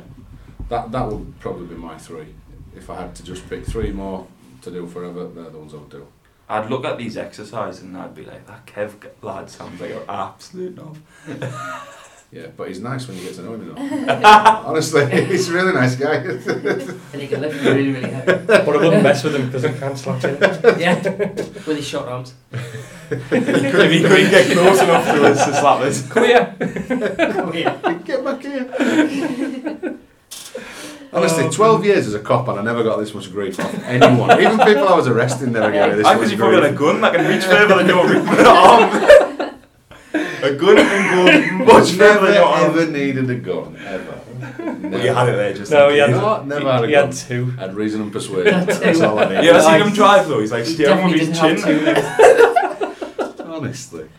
that that would probably be my three. If I had to just pick three more to do forever, they're the ones I would do.
I'd look at these exercises and I'd be like, that Kev g- lad sounds like an absolute knob.
Yeah, but he's nice when you get to know him. You know. Honestly, he's a really nice guy.
And he can lift really, really heavy.
but I wouldn't mess with him because I can't slap him.
yeah. With his short arms.
if he couldn't get close enough to us to slap us.
Come here.
get back here.
Um,
Honestly, 12 years as a cop and I never got this much grief from anyone. Even people I was arresting never gave me this
I
much
because
grief.
you've probably got a gun that can reach further than your arm. a gun can go much further
never
than your arm.
ever needed a gun ever.
Well, you had it there just
No,
in
he had-
case.
No, never had a
he
gun.
had two.
Had reason and persuasion. That's all I
You
needed.
ever seen him drive though? He's like
He
staring with
definitely
his
didn't have
chin.
two legs.
Honestly.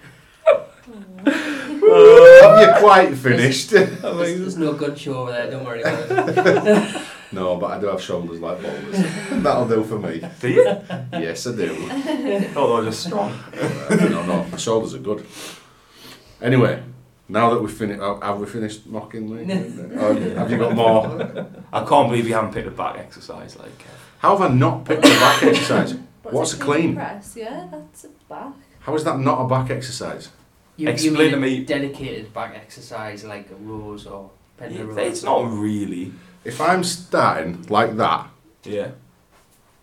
Have you quite finished?
There's, there's no gun show over there, don't worry about it.
no, but I do have shoulders like boulders. That'll do for me.
Do you?
Yes, I do.
Oh, they're just strong.
no, no, my shoulders are good. Anyway, now that we've finished, have we finished mocking Lee? Or have you got more?
I can't believe you haven't picked a back exercise. Like,
How have I not picked a back exercise?
But
What's
it's
a clean?
Press, yeah, that's a back.
How is that not a back exercise?
You,
Explain
you mean
to
a
me-
dedicated back exercise like a rows or pending rows.
it's not really.
If I'm starting like that
Yeah.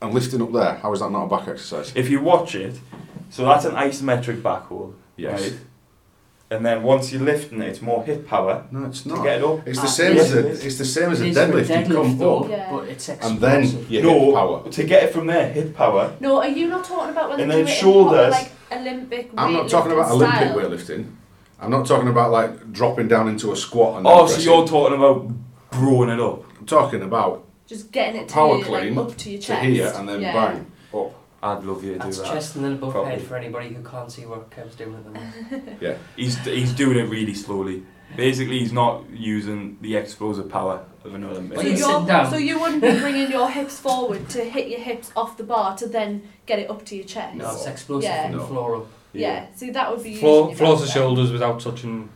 and lifting up there, how is that not a back exercise?
If you watch it, so that's an isometric back hold. right? And then once you're lifting it, it's more hip power
No, it's
to
not.
get it up.
It's
Ah,
the same
yes,
as a,
it is.
it's the same as a
It is for
deadlift. You come
though,
up
Yeah.
but it's
and then
explosive.
you
no,
hit power.
to get it from there, hip power.
No, are you not talking about when
And
they
then
do it
shoulders.
in proper, like Olympic?
I'm not talking about
weightlifting
Olympic
style?
weightlifting. I'm not talking about like dropping down into a squat and. then
Oh, so
pressing.
you're talking about growing it up.
I'm talking about
Just getting it to
Power
your, like,
clean
up to your
to
chest.
here and then
yeah.
bang up.
I'd love you to
Oh, That's
do that.
chest and then above
Probably.
head for anybody who can't see what Kev's doing at the moment.
He's he's doing it really slowly. Basically, he's not using the explosive power of an Olympic.
So,
When you
you're-
sit down.
so you wouldn't be bringing your hips forward to hit your hips off the bar to then get it up to your chest.
No, it's explosive
Yeah.
from the
No.
floor up.
Yeah. See, that would be using
Floor,
your
floor to
back.
shoulders without touching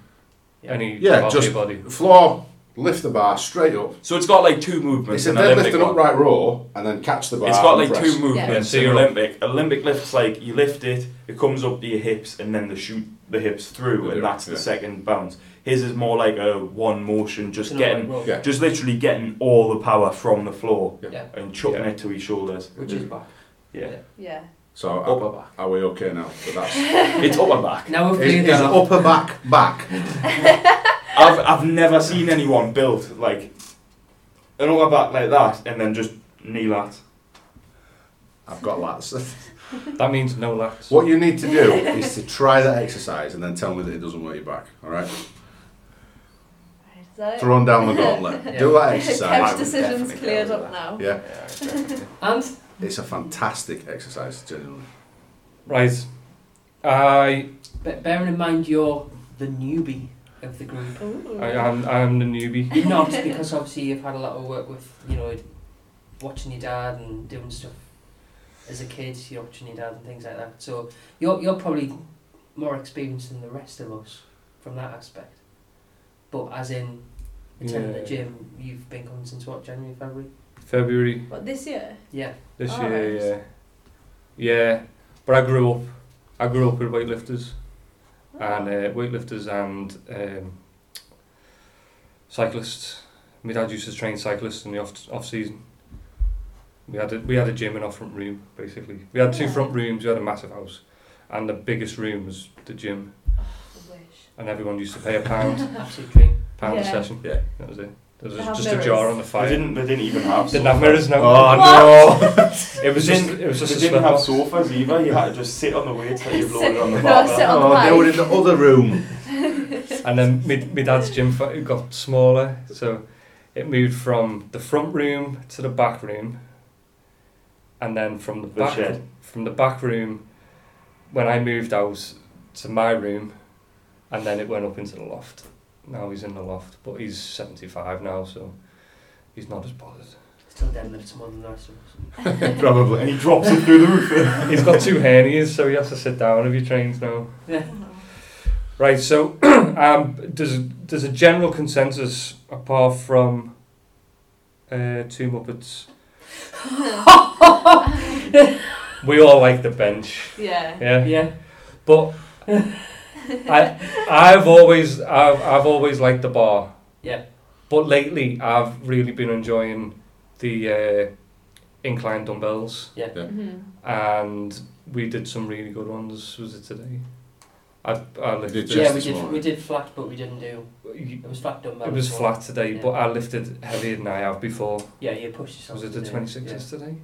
any
Yeah,
part
just-
of your body.
Floor, lift the bar straight up.
So it's got like two movements.
It's a
an Olympic
deadlift and
one.
upright row, and then catch the bar.
It's got
and
like
press.
two movements.
Yeah, so
in
you're-
Olympic. Olympic lifts like you lift it, it comes up to your hips, and then they shoot the hips through,
They do,
and that's the
yeah.
second bounce. His is more like a one motion, just
You know,
getting,
like row,
yeah.
just literally getting all the power from the floor
Yeah.
Yeah.
and chucking
Yeah.
it to his shoulders.
Which is back.
yeah,
Yeah.
So are,
upper back.
are we okay now? But that's
it's upper back.
Now we've
is,
cleared
is
that up.
upper back back.
I've I've never seen anyone build like an upper back like that, and then just knee lat.
I've got lats.
That means no lats.
What you need to do is to try that exercise and then tell me that it doesn't work your back. All right,
Right, is that it?
throwing down the gauntlet.
Yeah.
Do that
I
Kev's
would
exercise.
decision's
definitely
cleared
go
up
with
now.
Yeah,
And
it's a fantastic exercise. Genuinely,
Right. I,
but bearing in mind you're the newbie of the group.
Ooh.
I am I am the newbie.
You're not because obviously you've had a lot of work with you know watching your dad and doing stuff as a kid. You're watching your dad and things like that. So you're you're probably more experienced than the rest of us from that aspect. But as in attending
Yeah.
the gym, you've been coming since what January, February?
February
What this year?
Yeah.
this
Alright.
year. Yeah. Yeah. But I grew up. I grew up with weightlifters and uh, weightlifters and um, cyclists. My dad used to train cyclists in the off off season. We had a, we had a gym in our front room basically. We had two
Yeah.
front rooms. We had a massive house, and the biggest room was the gym.
I wish.
And everyone used to pay a pound
Absolute dream.
pound a
Yeah.
session.
Yeah.
that was it. There was
They have
just a
mirrors.
jar on the fire.
They didn't. They didn't even have.
Didn't have mirrors now.
Oh no!
It was
They
just.
didn't-
It was just a
They didn't have
spell.
sofas either. You had to just sit on the weights that you loaded on the
No,
bar.
sit on the
oh, they
mic.
were in the other room.
And then my, my dad's gym fa- got smaller, so it moved from the front room to the back room, and then from the,
The
back
shed.
from the back room, when I moved out to my room, and then it went up into the loft. Now he's in the loft, but he's seventy five now, so he's not as bothered.
Still deadlifts more than the rest of us.
Probably. And he drops it through the roof.
he's got two hernias, so he has to sit down if he trains now.
Yeah.
Right, so um, there's, there's a general consensus, apart from uh, two Muppets. we all like the bench,
yeah.
yeah.
Yeah.
But I, I've always, I've, I've always liked the bar.
Yeah.
But lately, I've really been enjoying the uh, incline dumbbells
Mhm.
and we did some really good ones. Was it today? I I
did
lifted.
Just
yeah, we
this
did.
morning.
We did flat, but we didn't do. It was flat dumbbell.
It was
as well.
flat today,
Yeah.
but I lifted heavier than I have before.
Yeah, you pushed yourself.
Was it the
didn't you?
twenty sixes today?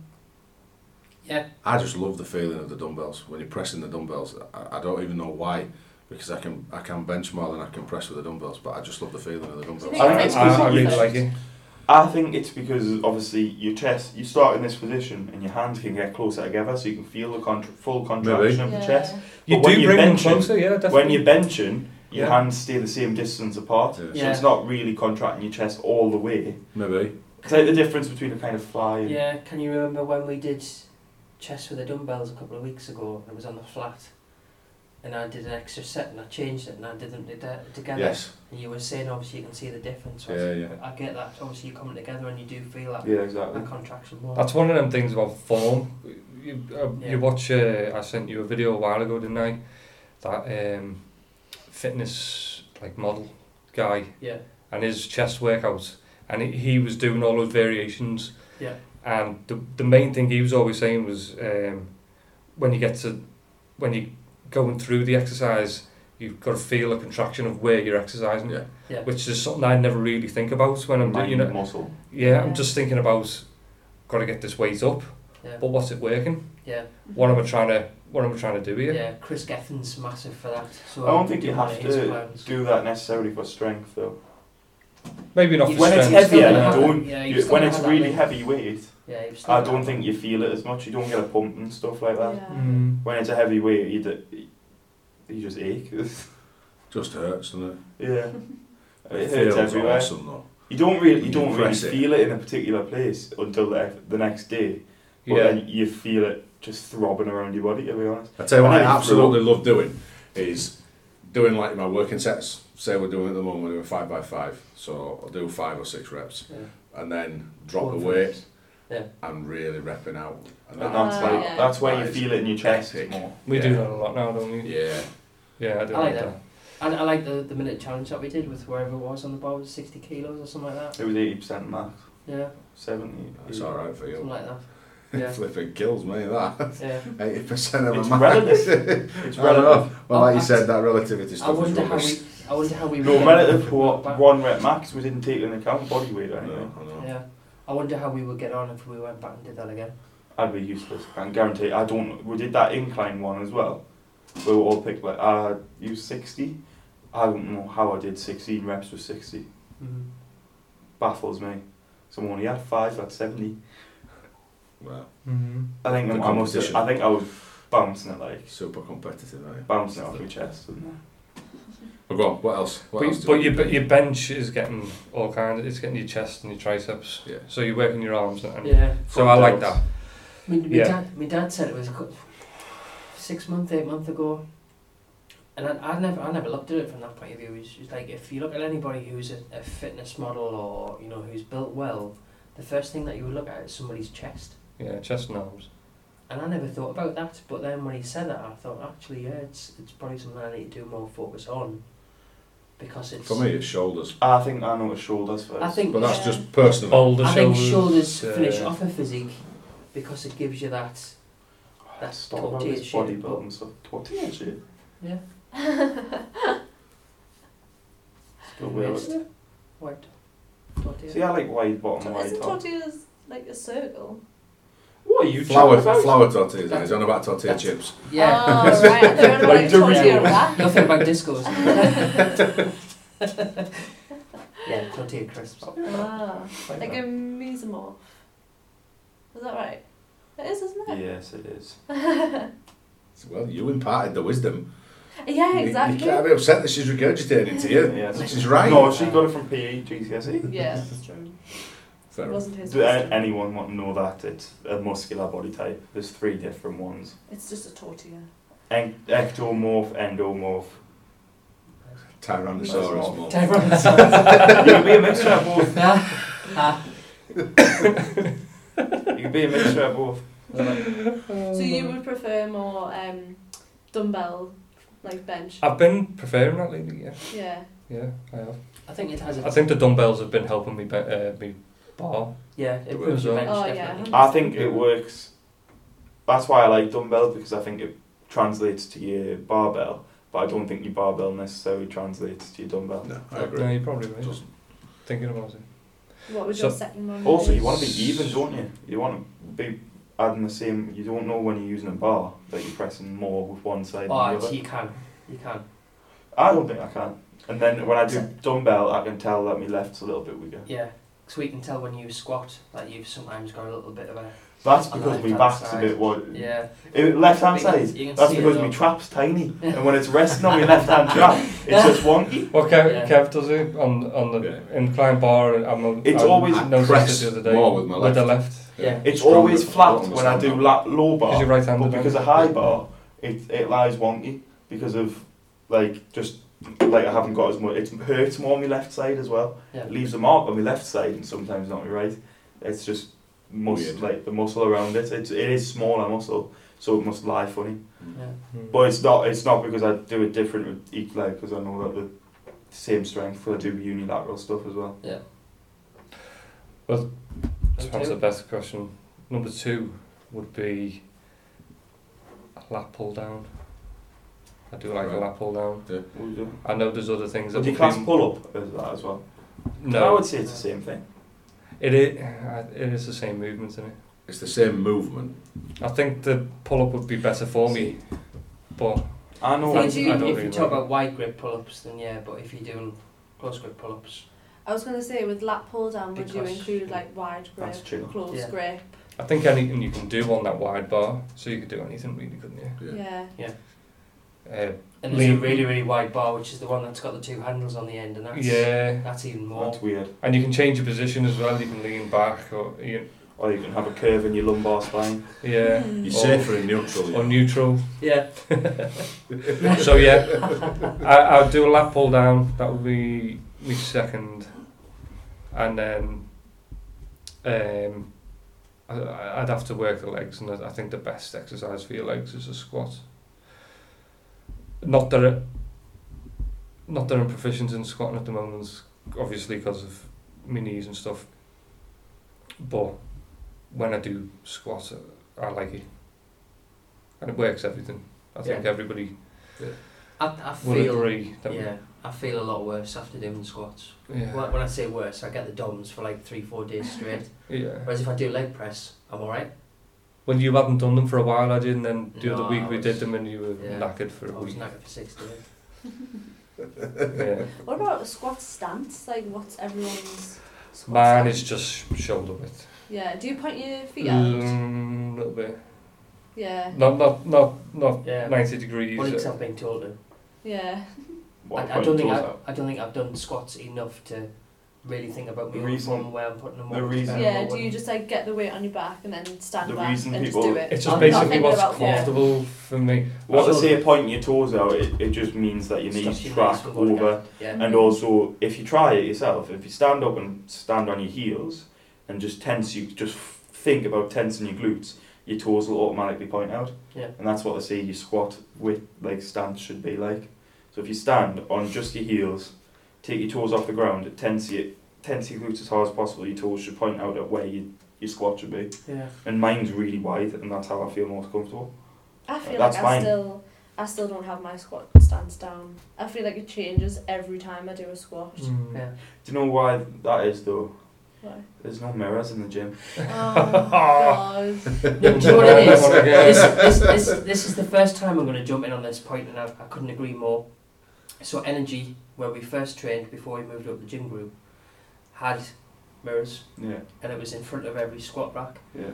Yeah.
I just love the feeling of the dumbbells when you're pressing the dumbbells. I, I don't even know why, because I can I can bench more than I can press with the dumbbells, but I just love the feeling of the dumbbells.
Do you
I
I, I,
think it's because
I
you-
really like it.
I think it's because obviously your chest. You start in this position and your hands can get closer together, so you can feel the contr full contraction of the chest.
You
But when
do
you're
bring them
benching-
closer, yeah, definitely.
When you're benching, your
Yeah.
hands stay the same distance apart,
Yeah.
so it's not really contracting your chest all the way.
Maybe.
It's like the difference between a kind of fly and
Yeah. Can you remember when we did chest with the dumbbells a couple of weeks ago? It was on the flat, and I did an extra set and I changed it and I did them to- together.
Yes.
And you were saying obviously you can see the difference.
Yeah, yeah.
I get that. Obviously you come together and you do feel that,
Yeah, exactly.
that contraction more.
That's one of them things about form. You, uh,
Yeah.
you watch. Uh, I sent you a video a while ago, didn't I? That um, fitness like model guy.
Yeah.
and his chest workouts, and he, he was doing all those variations.
Yeah.
And the the main thing he was always saying was um, when you get to when you going through the exercise, you've got to feel a contraction of where you're exercising.
Yeah.
Yeah.
Which is something I never really think about when I'm doing.
mind
You know,
muscle.
yeah,
Yeah.
I'm just thinking about got to get this weight up,
Yeah.
Oh.
but what's it working?
yeah.
Mm-hmm.
What am I trying to What am I trying to do here?
Yeah, Chris Geffen's massive for that. So
I don't think you
one
have
of his
to
plans.
Do that necessarily for strength though.
Maybe not
You've
for
When it's
still
strength.
heavy,
gotta
I
have it.
don't.
Yeah,
you-
you've still
when
gotta
it's
have that
really
weight.
heavy weight,
Yeah, you've still
I
got
don't
that.
think you feel it as much. You don't get a pump and stuff like that.
Yeah.
Mm.
When it's a heavy weight, you, d- you just ache.
Just hurts, doesn't it?
yeah, it
feels
hurts everywhere.
awesome though.
You don't really, you
You
don't really
press it.
feel it in a particular place until the, the next day. But
Yeah.
then you feel it just throbbing around your body. To be honest,
I tell you what
I
I
know you
absolutely love doing is doing like my working sets. Say we're doing at the moment, we're doing five by five. So I'll do five or six reps
Yeah.
and then drop
One
the
for
weight
this. Yeah.
and really repping out.
and
that-
that's
Ah,
like
yeah.
that's where
that
you
is
feel it in your chest
epic.
more.
We
Yeah.
do that a lot now, don't we?
Yeah.
Yeah, I do
I like
like
that.
that.
And I like the, the minute challenge that we did with whoever it was on the bar, was it 60 kilos or something like that.
It was eighty percent max,
Yeah,
seventy.
That's all right for
something
you.
like that. Yeah.
Flipping kills me that.
Yeah.
Eighty percent of
It's
my
relative. It's
I don't know.
relative.
Well, like you
I-
said, that relativity
I
stuff is
wonder how
rubbish.
we. I wonder how we. would
No
get-
relative to what one rep max. We didn't take into account body weight
I
or anything.
know, I know.
Yeah. I wonder how we would get on if we went back and did that again.
I'd be useless. I can guarantee. I don't. We did that incline one as well. We were all picked like I used sixty. I don't know how I did sixteen reps with sixty.
Mm-hmm.
Baffles me. So I only had five at seventy.
Well,
Mm-hmm.
I think
The
I must. have-
competition.
I think I was bouncing it like
super competitive, aren't you?
bouncing it off my chest. And
Well, go on. What else? What else
But,
do
but
we
your,
do?
but your bench is getting all kind. Of, it's getting your chest and your triceps.
Yeah.
So you're working your arms. And
Yeah.
So I like that.
I mean, my,
Yeah.
dad, my dad said it was a cou- six months, eight months ago, and I, I never, I never looked at it from that point of view. It's just like if you look at anybody who's a, a fitness model or you know who's built well, the first thing that you would look at is somebody's chest.
Yeah, chest and arms.
And I never thought about that, but then when he said that, I thought actually, yeah, it's it's probably something I need to do more focus on, because it's.
For me, it's shoulders.
I think I know what shoulders first.
I think.
But that's
Yeah.
just personal.
Boulder
I think
shoulders,
shoulders finish
uh,
off a physique, because it gives you that. that's
Stop about
tortilla
this
shape,
bodybuilding stuff. Tortilla shape.
Yeah.
Still wear it.
What?
Tortilla.
See, I like wide
Mm.
bottom,
To-
wide
Isn't
top.
tortillas like a circle?
What are you
Flour,
chatting about?
flour tortillas. He's on about tortilla
That's-
chips.
Yeah.
Oh, right. I thought you were like
Like Dorito.
tortilla wrap.
Nothing about discos. yeah, tortilla crisps.
Ah,
Like
like a
that.
mesomorph. Is that right? It is, isn't it?
Yes, it is.
Well, you imparted the wisdom.
Yeah,
You-
exactly.
You can't be upset that she's regurgitating it to you.
Yes.
She's right.
No, she got it from E, PE, GCSE.
Yeah, that's true.
Fair
It
enough.
wasn't his
Do uh, a-
wisdom.
anyone want to know that? It's a muscular body type. There's three different ones.
It's just a tortilla.
En- ectomorph, endomorph.
Tyrannosaurus. more.
you can be a mixture of both. You can be a mixture of both.
So you would prefer more um, dumbbell, like bench?
Uh,
I've been preferring that lately. Yeah,
Yeah.
yeah, I have.
I think it has. A,
I think the dumbbells have been helping me. Be- uh, me bar.
yeah, it improves
Oh,
your bench
yeah.
definitely.
I think it works. That's why I like dumbbells because I think it translates to your barbell, but I don't think your barbell necessarily translates to your dumbbell.
No, I agree.
No, you're probably right.
Doesn't.
Thinking about it.
What was
So-
your second one?
Also, you
be?
want to be even, don't you? You want to be adding the same. You don't know when you're using a bar that you're pressing more with one side
Oh,
than the
it's-
other.
you can. You can.
I don't think I can. And then when I do dumbbell, I can tell that my left's a little bit weaker.
Yeah. Because we can tell when you squat that you've sometimes got a little bit of a.
That's
On the
because
left-hand
my back's a
side.
bit what
Yeah.
left hand
You can-
side.
you can
That's
see it
because my
though.
trap's tiny, and when it's resting on my left hand trap, it's just wonky.
Well, Kev,
Yeah.
Kev does it on on the
Yeah.
incline bar. and I'm a,
It's
I
always-
I
noticed
press
it the other day
more with my left.
the left
Yeah.
It's
Stronger
always
for
flat
bottom
when I do
stand.
la- low
because you're
bar,
right
but
handed.
because of high bar, it it lies wonky because of like just like I haven't got as much. It hurts more on my left side as well.
Yeah.
It leaves a mark on my left side and sometimes not my right. It's just
Weird.
muscle, like the muscle around it. It's, it is smaller muscle, so it must lie funny.
Mm.
Yeah.
Hmm.
But it's not. It's not because I do it different with each leg because I know that the same strength. 'cause I do unilateral stuff as well.
That's perhaps the best question. Number two would be a lap pull down. I do like
Right.
a lap pull down.
Would you,
I know there's other things that
would you
would
class
be-
pull up as that as well? I
No,
would say it's the same thing.
it is, it is the same movement, isn't it?
It's the same movement.
I think the pull up would be better for me, but
I know.
So
I-
if you,
I don't
if
really
you talk
know.
about wide grip pull ups, then yeah, but if you're doing close grip pull ups,
I was going to say with lat pull down, would you
Because-
include like wide grip,
That's true.
close
Yeah.
grip?
I think anything you can do on that wide bar, so you could do anything really, couldn't you?
Yeah.
Yeah.
Uh,
and there's a
Lean.
really, really wide bar, which is the one that's got the two handles on the end, and that's,
yeah,
that's even more.
That's weird.
and you can change your position as well. You can lean back, or you,
Or you can have a curve in your lumbar spine.
yeah,
You're
Or-
safer in neutral.
or
Yeah.
neutral.
Yeah.
so yeah, I, I'll do a lap pull down. That will be my second, and then um, I, I- I'd have to work the legs, and I I think the best exercise for your legs is a squat. Not that it, not that I'm proficient in squatting at the moment, obviously because of my knees and stuff. But when I do squat, I like it, and it works everything. I think
Yeah.
everybody
I, I
will
feel
agree that
yeah, I feel a lot worse after doing squats.
we, yeah,
When when I say worse, I get the DOMS for like three, four days straight.
yeah.
Whereas if I do leg press, I'm alright.
Well, you hadn't done them for a while, had you? And then the
No,
other week
I
we
was-
did them, and you were
yeah,
knackered for
I
a
was
week.
knackered for six days.
yeah.
What about a squat stance? Like what's everyone's squat
Mine
stance?
is just shoulder width,
Yeah. Do you point your feet out?
Mm, little bit.
Yeah.
Not not not not
Yeah.
ninety degrees.
Well, because
uh,
I've been told to.
Yeah.
What
I, I don't think
point
I,
does
I don't think I've done squats enough to really think about
The
me
reason-
reason where I'm putting them.
the
on,
reason-
um,
Yeah,
what
do you
one.
just like get the weight on your back and then stand
The
back
reason
and just
people-
do it?
it's just
I'm not
basically
thinking
what's
about- yeah.
comfortable for me.
that- What
That's
they say,
all-
pointing your toes out, it, it just means that your
Stops
knees
your knees
track
from going
over.
down. Yeah.
And also, if you try it yourself, if you stand up and stand on your heels and just tense, you just think about tensing your glutes, your toes will automatically point out.
Yeah.
And that's what they say your squat with like stance should be like. So if you stand on just your heels, take your toes off the ground, tense your tense your glutes as hard as possible. Your toes should point out at where you, your squat should be.
Yeah.
And mine's really wide, and that's how I feel most comfortable.
I feel
That's
like I
fine.
still I still don't have my squat stance down. I feel like it changes every time I do a squat.
Mm.
Yeah.
Do you know why that is though?
Why?
There's no mirrors in the gym.
Oh, God.
No, do you know what it is?
Once again.
This, this, this, this is the first time I'm going to jump in on this point, and I, I couldn't agree more. So, Energy, where we first trained before we moved up the gym group, had mirrors,
Yeah,
and it was in front of every squat rack,
yeah,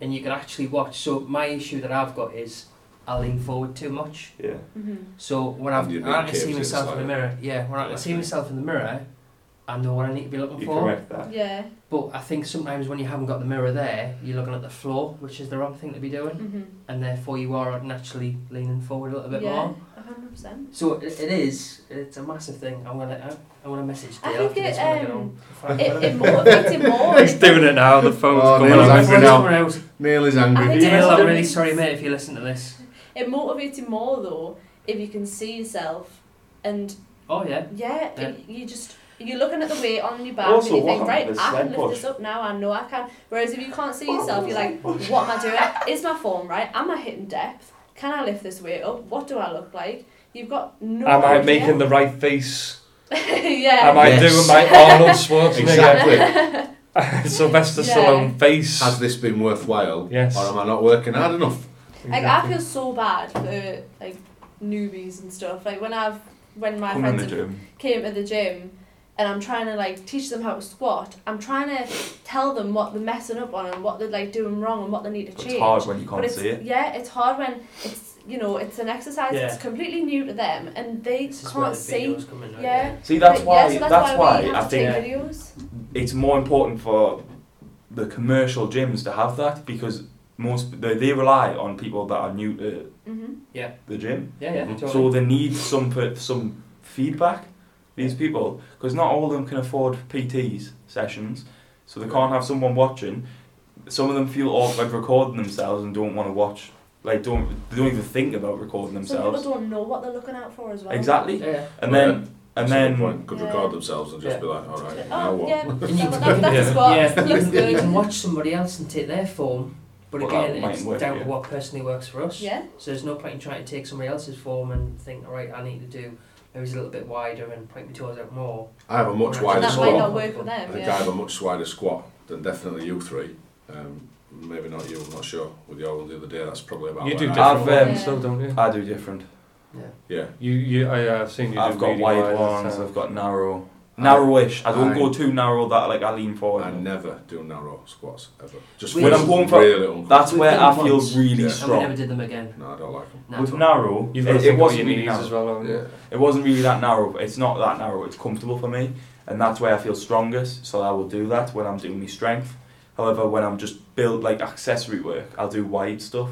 and you could actually watch. So, my issue that I've got is I lean forward too much.
yeah.
Mm-hmm.
So when I've,
You
when
need
I can see
caves
myself in the
inside.
mirror, yeah, when I can
Like
see
me.
myself in the mirror, I know what I need to be looking
You
for.
correct that.
Yeah.
But I think sometimes when you haven't got the mirror there, you're looking at the floor, which is the wrong thing to be doing.
Mm-hmm.
and therefore you are naturally leaning forward a little bit
yeah.
more.
100%.
So it, it is. It's a massive thing. I'm gonna. I'm, I'm gonna message
I
Dale after
think
this
it,
when I get
um,
home.
It, it motivates you more.
He's doing it now. The phone's
Oh,
coming
no,
on.
that's- angry now.
Someone else.
Neil is angry.
I think
Dale,
it's-
I'm really sorry, mate, if you listen to this.
It motivates you more though if you can see yourself and
Oh yeah.
yeah,
Yeah.
it- you just you're looking at the weight on your back
Also,
and you
what
think, right,
happened to
I
the
can
sled
lift
push? Oh,
this up now, I know I can. Whereas if you can't see yourself, you're like, what am I doing? Is my form right? Am I hitting depth? Can I lift this weight up? What do I look like? You've got no
Am I
idea.
making the right face?
yeah.
Am I
Yes.
doing my Arnold Schwarzenegger,
Exactly.
Sylvester
Yeah.
Stallone face?
Has this been worthwhile?
Yes.
Or am I not working hard enough?
Like I feel so bad for like newbies and stuff. Like when I've when my
Come in
friends
the
have
gym.
came to the gym and I'm trying to like teach them how to squat, I'm trying to tell them what they're messing up on and what they're like doing wrong and what they need to
But
change.
it's hard when you
But
can't
it's
see it.
yeah, it's hard when it's you know it's an exercise that's
Yeah.
completely new to them and they
This is where
can't
the
see.
videos come in. right?
Yeah.
See, that's
But,
why.
yeah, so
that's,
we
why
have
I
to
think
take videos.
it's more important for the commercial gyms to have that because most they, they rely on people that are new to
Mm-hmm.
the gym,
Yeah, yeah.
Mhm.
Totally.
so they need some per- some feedback. These people, because not all of them can afford PTs sessions, so they can't have someone watching. Some of them feel awkward recording themselves and don't want to watch. Like don't they don't even think about recording
Some people
themselves.
don't know what they're looking out for as well.
Exactly,
yeah. yeah.
and
Well,
then and
That's a good
then
point. Could
Yeah.
record themselves and just
Yeah.
be like, all right, now
Oh
what?
yeah,
And you
that,
can-
that, that's a
Yeah.
squat.
Yeah,
Looks
you, can- you can
good.
watch somebody else and take their form, but
Well, that
again,
might
it's
work,
down
yeah.
to what personally works for us.
Yeah.
So there's no point in trying to take somebody else's form and think, all right, I need to do maybe it's a little bit wider and point my toes out more.
I have a much
Right.
wider
that
squat.
might not work for
I
them.
think I
Yeah.
have a much wider squat than definitely you three. Um, maybe not you, I'm not sure. With your one the other day, that's probably about
You
where
do
I-
different
I've, um,
ones, though, don't you?
I do different.
Yeah.
Yeah.
You, you, I, I've seen you. do
I've got
really
wide
wide
ones.
so-
I've got narrow,
I-
narrowish. I don't
I-
go too narrow that like I lean forward.
I never do narrow squats ever. Just
When
feels
I'm
going for-
really uncomfortable.
That's where I feel
Once.
really
Yeah.
And we never
strong.
did them again.
No, I don't like them.
No.
With narrow,
You've got to
it, it
think about
wasn't
your
really
knees as
narrow.
well. haven't you?
Yeah.
It wasn't really that narrow. It's not that narrow. It's comfortable for me, and that's where I feel strongest. So I will do that when I'm doing my strength. However, when I'm just build like accessory work, I'll do wide stuff,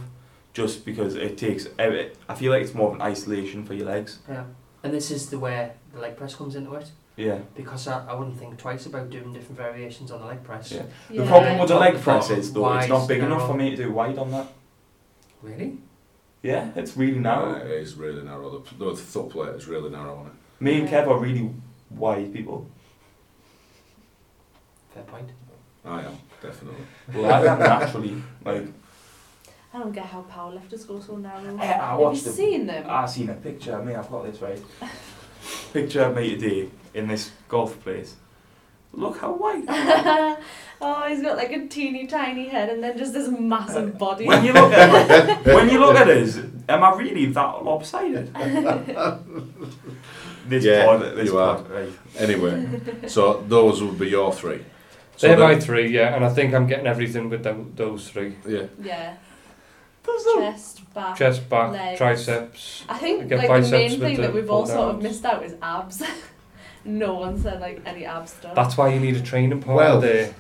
just because it takes. I I feel like it's more of an isolation for your legs.
Yeah. And this is the where the leg press comes into it
Yeah.
because I, I wouldn't think twice about doing different variations on the leg press.
Yeah.
Yeah.
The problem with the leg
Top,
press is though
wide,
it's not big
narrow.
enough for me to do wide on that.
Really?
Yeah, it's really narrow.
Uh, it is really narrow. The, the foot plate is really narrow on it.
Me and Kev are really wide people.
Fair point.
I am, definitely.
Well, I am naturally. Like,
I don't get how powerlifters go so narrow.
I- I
Have you
watched them.
seen them?
I seen a picture of me. I've got this right. Picture of me today in this golf place. Look how wide. I am.
oh, he's got like a teeny tiny head and then just this massive body.
Uh, when you look at when you look at us, am I really that lopsided? this
Yeah,
pod, this
you are.
pod, right?
Anyway, so those would be your three. So
They're
the-
my three, yeah, and I think I'm getting everything with them, those three:
Yeah.
yeah.
Does that-
Chest, back.
chest, back,
Legs.
triceps.
I
I
think
get
like the
biceps
main
with
thing
the
that we've all
pull
sort of
downs.
missed out is abs. no one said like any abs stuff.
That's why you need a training partner
Well,
there.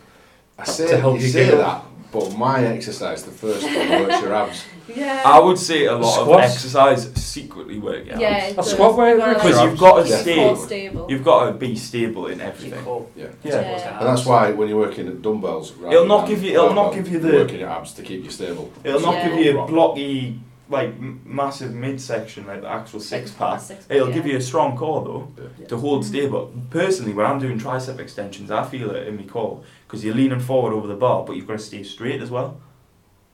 I say,
To help
you
you
say
get
that, but my exercise, the first one, works your abs.
yeah.
I would say a lot
Squats.
of exercise secretly work out.
yeah. it
A
does.
squat weight
You gotta,
Because
like,
you've got to
Yeah.
be
stay.
more stable.
You've got to be stable in
Actually,
everything.
cool.
Yeah.
Yeah.
And that's why when you're working at dumbbells, rather
It'll not
than
give you- it'll not
barbell,
give you
you're
the-
working your abs to keep you stable.
It'll not
Yeah.
give you a blocky, like m- massive midsection, like the actual six pack.
Six pack,
It'll
yeah.
give you a strong core though
Yeah.
to hold stable. Personally, when I'm doing tricep extensions, I feel it in my core because you're leaning forward over the bar, but you've got to stay straight as well.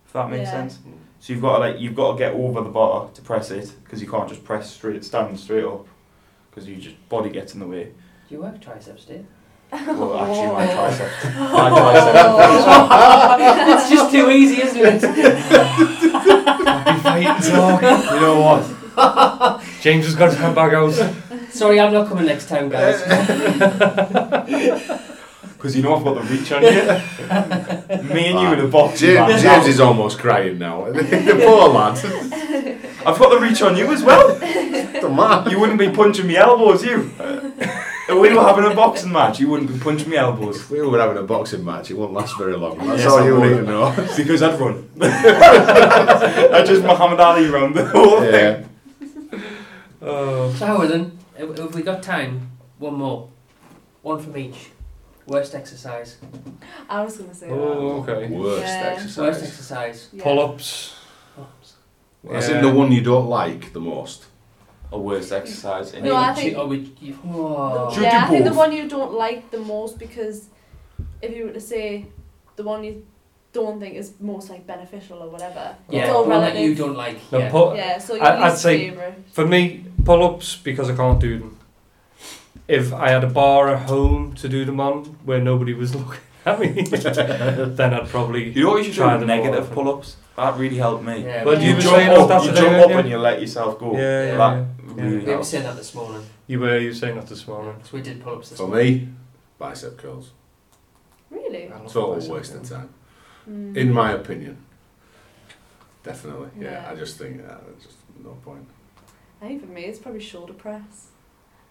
If that makes
Yeah.
sense. So you've got to like you've got to get over the bar to press it because you can't just press straight stand straight up because you just body gets in the way.
Do you work triceps, do you?
Well, actually, my triceps. My triceps.
it's just too easy, isn't it?
you know what?
James has got his handbag out.
Sorry, I'm not coming next time, guys.
Because you know I've got the reach on you. Me and you in a box.
James,
man.
James is almost crying now. the poor lad.
I've got the reach on you as well.
The man.
You wouldn't be punching me elbows, you. If we were having a boxing match, you wouldn't be punching me elbows.
If we were having a boxing match, it won't last very long. That's
Yes,
all
I
you
would.
need to know.
Because I'd run. I just Muhammad Ali round the whole
yeah.
Oh.
so, Howard, then, have have we got time? One more. One from each. Worst exercise.
I was going to say
oh, okay.
Worst
Yeah.
Worst
exercise.
exercise.
that. Yeah.
Pull ups.
As in the one you don't like the most.
A worst exercise.
No, I
Or
think-
we- you- oh.
Should we
Yeah,
do
I think the
both?
one you don't like the most because if you were to say the one you don't think is most like beneficial or whatever,
Yeah,
it's
the
all
one that you
relative.
don't like.
No,
yeah.
pull-
yeah, so your
I- I'd
least
say-
favorite.
For me, pull ups because I can't do them. If I had a bar at home to do them on where nobody was looking at me, then I'd probably.
You always should
try
try the
them all
negative
often.
pull ups. That really helped me.
Yeah,
But
you
you
were
jump
saying
up,
that's
you
the
jump
thing,
up
yeah.
and you let yourself
Yeah,
go.
yeah,
that
yeah.
really
We were
helps.
saying that this morning.
You were you were saying that this morning.
So we did pull ups this
For
morning.
me, bicep curls.
Really?
I love
Total
bicep
waste of
curls.
time.
Mm.
In my opinion. Definitely. Yeah.
Yeah.
I just think uh, there's just no point.
I think for me, it's probably shoulder press.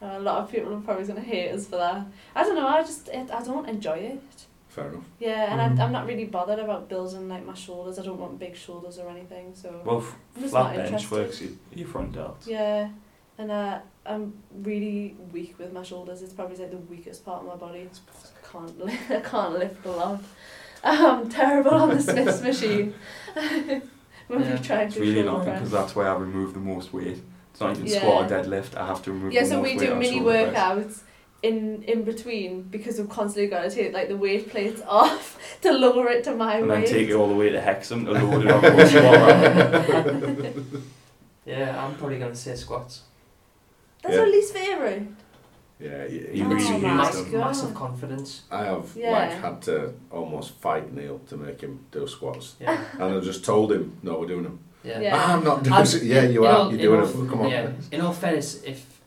Uh, a lot of people are probably going to hate us for that. I don't know, I just, it, I don't enjoy it.
Fair enough.
Yeah, and
Hmm.
Mm.
I, I'm not really bothered about building like my shoulders. I don't want big shoulders or anything, so
Well, f-
I'm just
flat
not
bench
interested.
works your, your front delts.
Yeah, and uh, I'm really weak with my shoulders. It's probably like the weakest part of my body. I can't, li- I can't lift a lot. I'm terrible on the Smiths machine. when
Yeah,
we tried
It's
to
really
shoulder
nothing
press.
because that's where I remove the most weight. It's not even
Yeah.
squat or deadlift. I have to remove.
Yeah,
the
so
most
we
weight
do
on
mini
shoulder press.
workouts in in between because we've constantly got to take like the weight plates off to lower it to my
And then
weight.
take it all the way to Hexham to load it up for a squat round.
Yeah, I'm probably going to say squats.
That's
Yeah.
our least favourite.
Yeah, you,
You
you
Oh
really
really
use
hate
my
them.
Massive,
God.
massive confidence.
I have like
Yeah.
had to almost fight Neil to make him do squats,
Yeah.
and I just told him, "No, we're doing them."
Yeah.
Yeah.
I'm not doing.
I'd-
it. Yeah, you
in
are.
all-
You're
in
doing
all-
them. Come on.
Yeah. In all fairness, if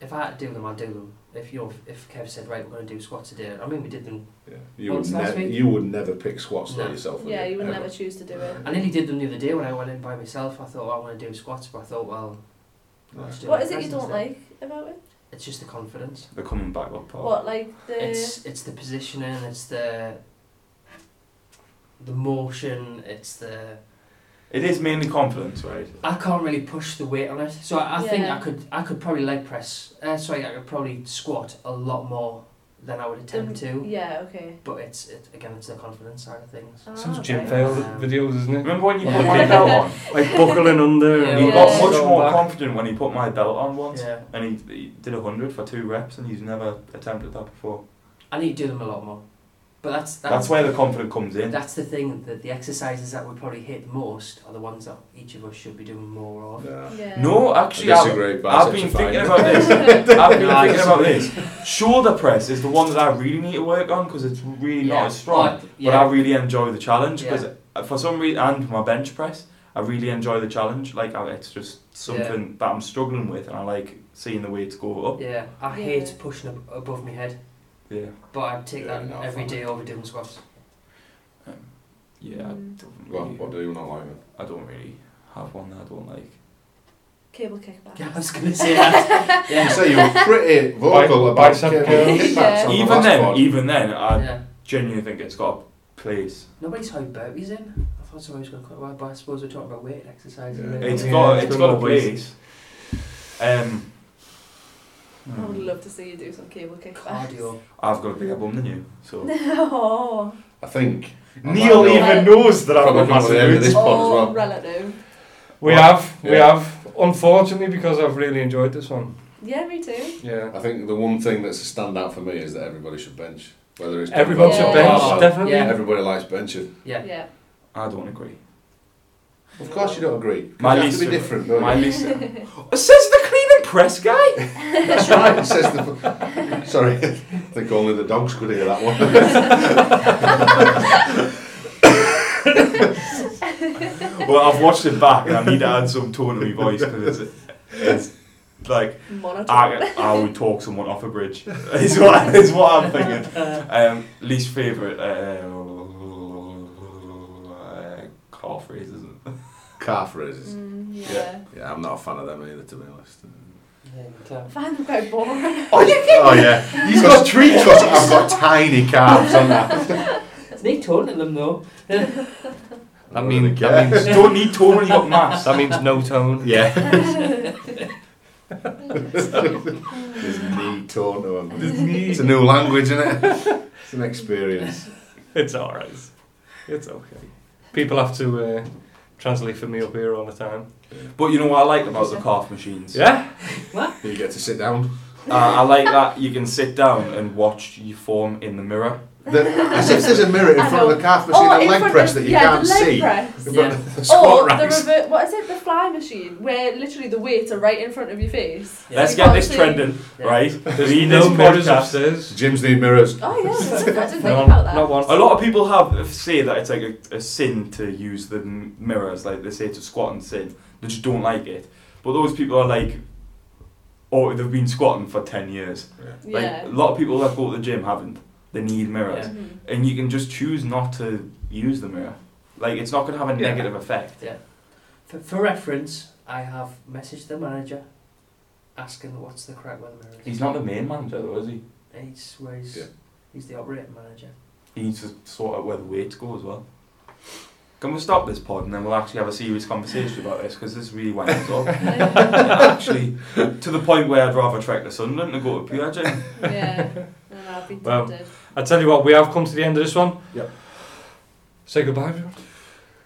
if I had to do them, I'd do them. If you if Kev said right, we're going to do squats today. I mean, we did them.
Yeah. You
Once
would
last
never.
week?
You would never pick squats for
No.
yourself. would
Yeah, you would
Ever.
never choose to do it.
I nearly did them the other day when I went in by myself. I thought oh, I want to do squats, but I thought, well, I'll just do
What
my
is it you
presses
don't
then.
like about it?
It's just the confidence.
The coming back up part.
What like the
It's it's the positioning. It's the the motion. It's the
It is mainly confidence, right?
I can't really push the weight on it, so I, I think I
Yeah.
could I could probably leg press. Uh, sorry, I could probably squat a lot more than I would
Um,
attempt to.
yeah okay.
But it's it, again, it's the confidence side of things.
Oh,
Sounds gym
okay.
fail
Um,
videos, isn't it?
Remember when you put
Yeah.
my belt on?
Like buckling under.
Yeah.
He
Yeah.
got much
Going
more
back.
confident when he put my belt on once,
Yeah,
and he, he did hundred for two reps, and he's never attempted that before.
I need to do them a lot more. But that's
That's,
that's
where the confidence comes in.
that's the thing that the exercises that we probably hit the most are the ones that each of us should be doing more of.
No.
Yeah.
No,
I
actually, I've,
disagree. but
I've
that's
been
such a
thinking
fine-
about this. I've been
No, I
thinking about
disagree.
this. Shoulder press is the one that I really need to work on because it's really
Yeah.
not as strong.
But, yeah.
But I really enjoy the challenge because
Yeah.
for some reason, and my bench press, I really enjoy the challenge. Like I, it's just something that I'm struggling with, and I like seeing the weights go up.
yeah, I
Yeah.
hate pushing ab- above my head,
Yeah,
but I take
Yeah,
that
no,
every
fine.
day over doing squats.
yeah.
Mm.
I don't
Well,
really-
what do you not like? then?
I don't really have one that I don't like.
Cable kickback.
Yeah, I was gonna say that.
You
yeah.
say you were pretty vocal about
bicep
getting
curls.
kickbacks
Yeah.
on the
even
last
then,
pod.
even then, I
yeah.
genuinely think it's got a place.
Nobody's how burpees in. I thought somebody was going to quite well, but I suppose we're talking about weight and exercise.
Yeah.
really.
It's
Yeah,
got
it's
it's
got
got a
more places.
place. Um,
I would
hmm.
love to see you do some cable kickback.
cardio.
I've got a bigger bum than you, so
No.
I think
Neil
Right.
even knows that I've
Probably
got
not
massive
the end of
boobs.
This pod as
All
well.
Oh, relative.
We
What?
have, we
Yeah.
have. Unfortunately, because I've really enjoyed this one.
Yeah, me too.
Yeah.
I think the one thing that's a standout for me is that everybody should bench. Whether it's
Everybody
should
Oh.
dumbbell
bench,
or barbell,
definitely.
Yeah.
Everybody likes benching.
Yeah.
Yeah.
I don't agree.
Of course, you don't agree.
My
My you have to
least-
be different. Don't
My
you?
least. uh, says the clean and press guy.
That's right. It says the. Sorry, I think only the dogs could hear that one.
well, I've watched it back, and I need to add some tone to my voice because it's, it's like
Monotone.
I, I would talk someone off a bridge. Is what is what I'm thinking. Um, least favorite. Uh, car phrase isn't. it?
Car phrases.
Mm, yeah.
Yeah.
Yeah, I'm not a fan of them either, to be honest.
I find them quite boring.
Oh, you Oh, yeah. He's got three cuts. I've got tiny calves on that.
They tone at them though.
I
That,
don't
mean,
really
that means
Don't need tone when you got mass.
that means no tone.
Yeah. There's knee torn to him. It's a new language, isn't it? It's an experience.
It's alright. It's okay. People have to uh, translate for me up here all the time.
But you know what I like about the calf machines?
Yeah.
You get to sit down.
Uh, I like that you can sit down and watch your form in the mirror.
The, as if there's a mirror in
I
front of
know.
the calf machine
Or
and
Oh, in
leg
front
press
of-
that you
yeah,
can't
the leg
see.
press.
In front
Yeah.
of the
Or
squat
the
racks.
rever- what is it, the fly machine, where literally the weights are right in front of your face?
Yeah.
Let's
You
get
can't
this
see.
trending,
Yeah.
right?
There's
This
no mirrors
podcast-
upstairs.
Gyms need mirrors.
Oh yeah, I didn't think
No,
about that.
not one.
A lot of people have say that it's like a, a sin to use the m- mirrors, like they say to squat and sin. They just don't like it. But those people are like, oh, they've been squatting for ten years. Like
yeah.
a lot of people that go to the gym haven't. They need mirrors,
Yeah.
Mhm.
and you can just choose not to use the mirror. Like it's not gonna have a
Yeah.
negative effect.
For, for reference, I have messaged the manager asking what's the correct weather mirror.
He's not the main manager though, is he?
He's, well, he's,
Yeah.
he's the operating manager.
He needs to sort out where the weights go as well. Can we stop this pod and then we'll actually have a serious conversation about this because this really winds us up. actually, to the point where I'd rather trek to Sunderland than go to Pure Gym.
yeah. And I'll be
Well,
tempted.
I tell you what, we have come to the end of this one.
Yep.
Say goodbye, everyone.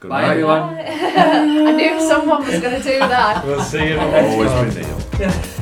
Good
Bye,
night.
everyone.
I knew someone was going to do that.
We'll see you in the next
Always
one.
been Neil.